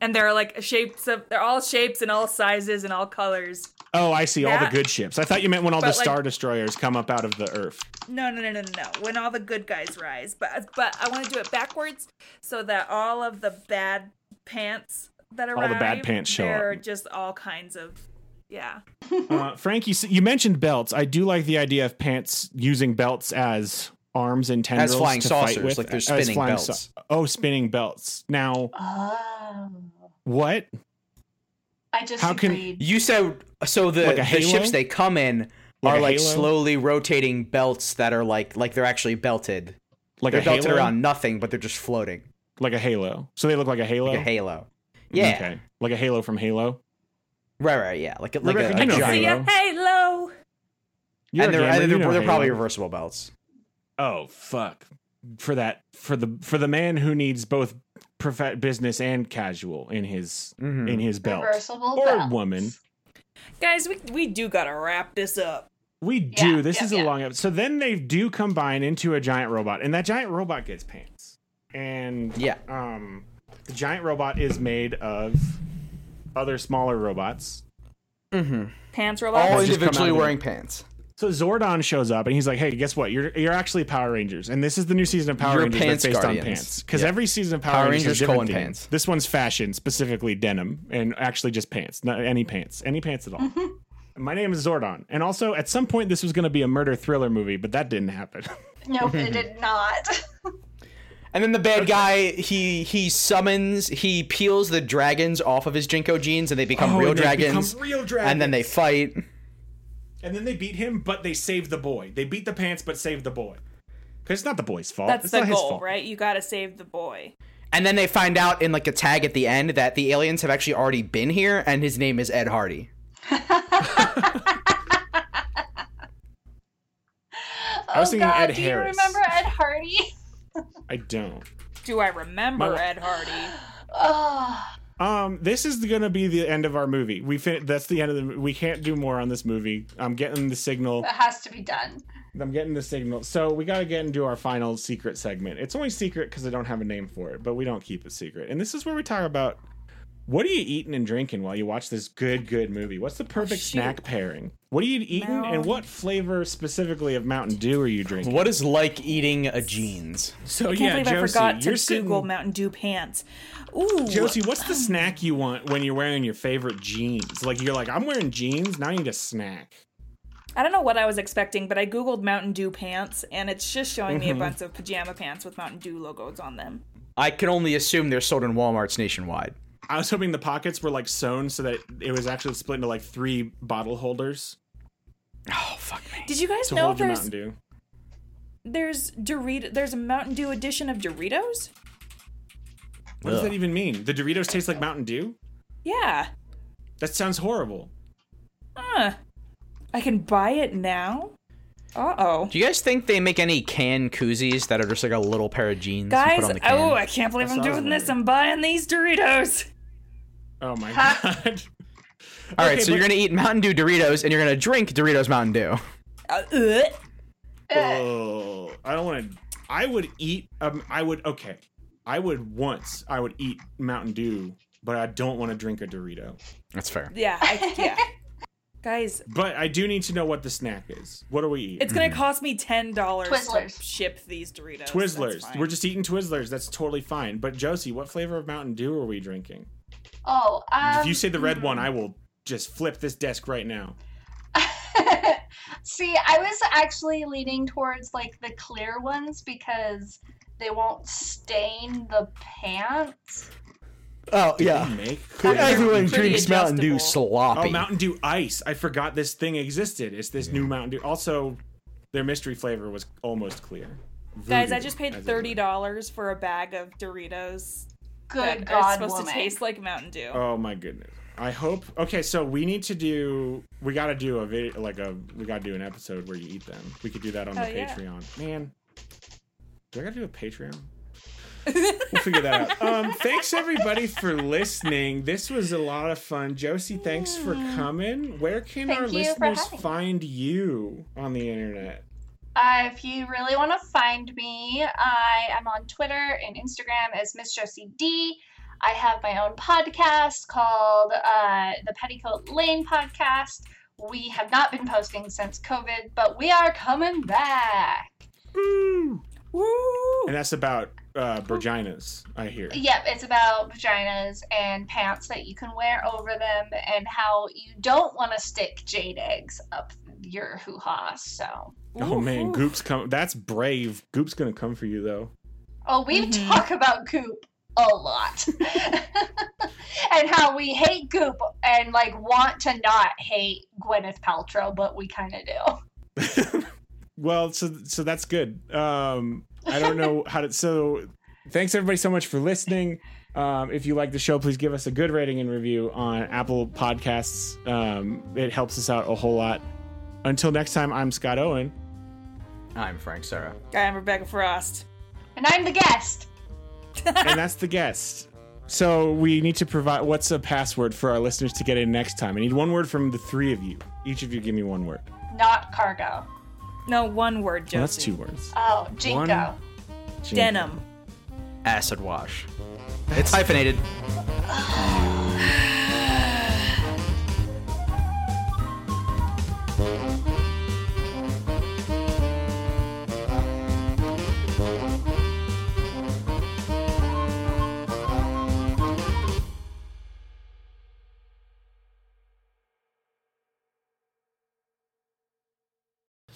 Speaker 2: and they're like shapes of they're all shapes and all sizes and all colors.
Speaker 1: Oh, I see, all
Speaker 2: That-
Speaker 1: the good ships. I thought you meant when all the
Speaker 2: But, like-
Speaker 1: star destroyers come up out of the earth.
Speaker 2: No, no, no, no, no, no. When all the good guys rise, but but I want to do it backwards so that all of the bad pants that arrive,
Speaker 1: All the bad pants show up.
Speaker 2: They're just all kinds of, yeah.
Speaker 1: Uh, Frank, you, s- you mentioned belts. I do like the idea of pants using belts as arms and tendrils
Speaker 3: flying
Speaker 1: to fight
Speaker 3: saucers,
Speaker 1: with,
Speaker 3: like they're
Speaker 1: as
Speaker 3: spinning
Speaker 1: flying
Speaker 3: belts.
Speaker 1: oh, spinning belts. Now,
Speaker 4: oh,
Speaker 1: what?
Speaker 4: I just
Speaker 1: How can-
Speaker 4: agreed.
Speaker 3: You said so. The
Speaker 1: Like a
Speaker 3: the
Speaker 1: halo?
Speaker 3: ships they come in
Speaker 1: Like
Speaker 3: are
Speaker 1: a
Speaker 3: like
Speaker 1: halo?
Speaker 3: slowly rotating belts that are like like they're actually belted.
Speaker 1: Like
Speaker 3: they're
Speaker 1: a
Speaker 3: belted
Speaker 1: halo?
Speaker 3: around nothing, but they're just floating
Speaker 1: Like a halo. So they look like a halo.
Speaker 3: like a halo. Yeah.
Speaker 1: Okay. Like a halo from Halo.
Speaker 3: Right. Right. Yeah. Like a- like
Speaker 1: Rebecca,
Speaker 3: a,
Speaker 1: you
Speaker 3: a
Speaker 1: know
Speaker 3: giant.
Speaker 2: See
Speaker 1: Halo.
Speaker 2: ya, halo.
Speaker 1: You're
Speaker 3: and
Speaker 1: a
Speaker 3: they're,
Speaker 1: gamer,
Speaker 3: and
Speaker 1: you
Speaker 3: they're,
Speaker 1: know
Speaker 3: they're probably
Speaker 1: Halo.
Speaker 3: reversible belts.
Speaker 1: Oh fuck. For that for the for the man who needs both prof- business and casual in his
Speaker 3: Mhm.
Speaker 1: in his belt.
Speaker 4: Reversible
Speaker 1: or
Speaker 4: belts.
Speaker 1: woman.
Speaker 2: Guys, we we do gotta wrap this up.
Speaker 1: We
Speaker 4: Yeah,
Speaker 1: do. this
Speaker 4: yeah,
Speaker 1: is a
Speaker 4: yeah.
Speaker 1: long episode. So then they do combine into a giant robot, and that giant robot gets pants. And
Speaker 3: Yeah.
Speaker 1: um, the giant robot is made of other smaller robots.
Speaker 2: Pants
Speaker 1: just
Speaker 3: All
Speaker 2: robots.
Speaker 1: come out
Speaker 3: individually
Speaker 1: of the-
Speaker 3: wearing pants.
Speaker 1: So Zordon shows up and he's like, "Hey, guess what? You're you're actually Power Rangers, and this is the new season of Power
Speaker 3: You're
Speaker 1: Rangers
Speaker 3: pants
Speaker 1: that's based
Speaker 3: guardians.
Speaker 1: on pants. Because
Speaker 3: Yeah.
Speaker 1: every season of Power,
Speaker 3: Power
Speaker 1: Rangers,
Speaker 3: Rangers,
Speaker 1: has different
Speaker 3: colon,
Speaker 1: theme.
Speaker 3: pants.
Speaker 1: This one's fashion, specifically denim, and actually just pants, not any pants, any pants at all.
Speaker 2: Mm-hmm.
Speaker 1: My name is Zordon, and also at some point this was going to be a murder thriller movie, but that didn't happen. (laughs)
Speaker 4: Nope, it did not.
Speaker 3: And then the bad guy, he he summons, he peels the dragons off of his Jinko jeans, and they become
Speaker 1: Oh,
Speaker 3: (laughs) real
Speaker 1: and they become
Speaker 3: dragons.
Speaker 1: real
Speaker 3: And then they
Speaker 1: dragons.
Speaker 3: fight.
Speaker 1: and then they beat him, but they save the boy. They beat the pants, but save the boy. Because it's not the boy's fault.
Speaker 2: That's
Speaker 1: it's
Speaker 2: the
Speaker 1: not his
Speaker 2: goal,
Speaker 1: fault.
Speaker 2: right? You gotta save the boy.
Speaker 3: And then they find out in like a tag at the end that the aliens have actually already been here, and his name is Ed Hardy.
Speaker 1: I was
Speaker 4: oh
Speaker 1: thinking
Speaker 4: God,
Speaker 1: Ed
Speaker 4: do
Speaker 1: Harris.
Speaker 4: you remember Ed Hardy?
Speaker 1: (laughs) I don't.
Speaker 2: Do I remember
Speaker 1: My-
Speaker 2: Ed Hardy?
Speaker 4: Oh,
Speaker 1: Um, this is gonna be the end of our movie. We fin- that's the end of the. We can't do more on this movie. I'm getting the signal.
Speaker 4: that has to be done.
Speaker 1: I'm getting the signal. So we gotta get into our final secret segment. It's only secret because I don't have a name for it, but we don't keep it secret. And this is where we talk about what are you eating and drinking while you watch this good, good movie. What's the perfect
Speaker 2: Oh, shoot.
Speaker 1: snack pairing? What are you eating, and
Speaker 2: Mountain-
Speaker 1: what flavor specifically of Mountain Dew are you drinking?
Speaker 3: What is like eating a jeans?
Speaker 1: So
Speaker 2: I can't believe I forgot to Google Mountain Dew pants. Ooh,
Speaker 1: Josie, what's the snack you want when you're wearing your favorite jeans? Like you're like, I'm wearing jeans, now I need a snack.
Speaker 2: I don't know what I was expecting, but I googled Mountain Dew pants, and it's just showing me a bunch of pajama pants with Mountain Dew logos on them.
Speaker 3: I can only assume they're sold in Walmart's nationwide.
Speaker 1: I was hoping the pockets were like sewn so that it was actually split into like three bottle holders
Speaker 3: Oh fuck me.
Speaker 2: Did you guys
Speaker 1: to
Speaker 2: know
Speaker 1: hold your
Speaker 2: there's
Speaker 1: Mountain Dew.
Speaker 2: there's Dorito there's a Mountain Dew edition of Doritos?
Speaker 1: What does that even mean? The Doritos taste like Mountain Dew?
Speaker 2: Yeah.
Speaker 1: That sounds horrible.
Speaker 2: Huh. I can buy it now. Uh oh.
Speaker 3: Do you guys think they make any can koozies that are just like a little pair of jeans? you put
Speaker 2: Guys,
Speaker 3: on the can?
Speaker 2: oh, I can't believe
Speaker 1: That
Speaker 2: I'm
Speaker 1: sounds
Speaker 2: doing this.
Speaker 1: weird.
Speaker 2: I'm buying these Doritos.
Speaker 1: Oh my god.
Speaker 3: All right,
Speaker 1: Okay,
Speaker 3: so you're
Speaker 1: but-
Speaker 3: gonna eat Mountain Dew Doritos and you're gonna drink Doritos Mountain Dew.
Speaker 2: Uh, ugh.
Speaker 4: Ugh.
Speaker 1: Oh, I don't want to. I would eat. Um, I would. Okay, I would once. I would eat Mountain Dew, but I don't want to drink a Dorito.
Speaker 3: That's fair.
Speaker 2: Yeah, I, yeah. Guys,
Speaker 1: But I do need to know what the snack is. What are we eating?
Speaker 2: it's gonna cost me ten dollars to
Speaker 4: Twizzlers.
Speaker 2: ship these Doritos. That's
Speaker 1: Twizzlers.
Speaker 2: fine.
Speaker 1: We're just eating Twizzlers. That's totally fine. But Josie, what flavor of Mountain Dew are we drinking?
Speaker 4: Oh, um,
Speaker 1: if you say the red one, I will just flip this desk right now.
Speaker 4: (laughs) See, I was actually leaning towards like the clear ones because they won't stain the pants.
Speaker 6: Oh
Speaker 1: They
Speaker 3: Uh,
Speaker 6: yeah,
Speaker 1: Make clear-
Speaker 6: everyone
Speaker 2: Pretty
Speaker 6: drinks Mountain Dew
Speaker 2: adjustable.
Speaker 6: sloppy.
Speaker 1: Oh, Mountain Dew Ice. I forgot this thing existed. It's this new Mountain Dew. Also, their mystery flavor was almost clear.
Speaker 2: Guys,
Speaker 1: Voodoo,
Speaker 2: I just paid
Speaker 1: as it
Speaker 2: thirty
Speaker 1: were.
Speaker 2: dollars for a bag of Doritos that
Speaker 4: Good
Speaker 2: are
Speaker 4: God,
Speaker 2: supposed
Speaker 4: woman!
Speaker 2: to taste like Mountain Dew.
Speaker 1: Oh my goodness. I hope. Okay, so we need to do. We gotta do a video, like a. We gotta do an episode where you eat them. We could do that on the
Speaker 2: Oh, yeah.
Speaker 1: Patreon. Man, do I gotta do a
Speaker 4: (laughs)
Speaker 1: Patreon? we'll figure that out. Um, thanks everybody for listening. This was a lot of fun. Josie, thanks for coming. Where can
Speaker 4: Thank
Speaker 1: our
Speaker 4: you for
Speaker 1: listeners
Speaker 4: having me.
Speaker 1: find you on the internet?
Speaker 4: Uh, if you really want to find me, I am on Twitter and Instagram as Miss Josie D. I have my own podcast called uh, the Petticoat Lane Podcast. We have not been posting since COVID, but we are coming back.
Speaker 2: Woo!
Speaker 1: And that's about uh, vaginas, I hear.
Speaker 4: Yep, it's about vaginas and pants that you can wear over them and how you don't want to stick jade eggs up your hoo ha. So,
Speaker 1: Oh
Speaker 2: Ooh,
Speaker 1: man,
Speaker 2: ooh.
Speaker 1: Goop's come. That's brave. Goop's gonna come for you though.
Speaker 4: oh, we
Speaker 2: Mhm.
Speaker 4: talk about goop a lot (laughs) and how we hate goop and like want to not hate Gwyneth Paltrow, but we kind of do.
Speaker 1: (laughs) Well, so so that's good. Um, I don't know how to. So, thanks everybody so much for listening. Um, if you like the show, please give us a good rating and review on Apple Podcasts. Um, it helps us out a whole lot. Until next time, I'm Scott Owen.
Speaker 3: I'm Frank Sarah.
Speaker 2: I'm Rebecca Frost.
Speaker 4: And I'm the guest.
Speaker 1: and that's the guest. So we need to provide what's a password for our listeners to get in next time. I need one word from the three of you. Each of you give me one word.
Speaker 4: Not cargo.
Speaker 2: No, one word, Josie.
Speaker 1: Well, that's two words.
Speaker 4: Oh, Jinko.
Speaker 2: Denim.
Speaker 3: Acid wash. It's hyphenated.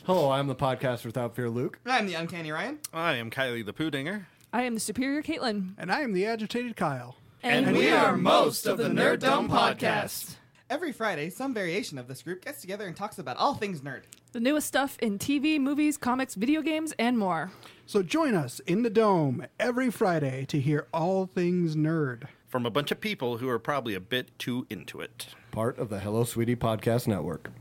Speaker 7: Hello, I'm the podcast without fear, Luke.
Speaker 3: I'm the uncanny Ryan.
Speaker 8: I am Kylie the Poodinger.
Speaker 9: I am the superior Caitlin.
Speaker 7: And I am the agitated Kyle.
Speaker 9: And,
Speaker 8: we are most of the Nerd Dome podcast.
Speaker 10: Every Friday, some variation of this group gets together and talks about all things nerd.
Speaker 9: The newest stuff in TV, movies, comics, video games, and more.
Speaker 7: So join us in the Dome every Friday to hear all things nerd.
Speaker 8: From a bunch of people who are probably a bit too into it.
Speaker 11: Part of the Hello Sweetie Podcast Network.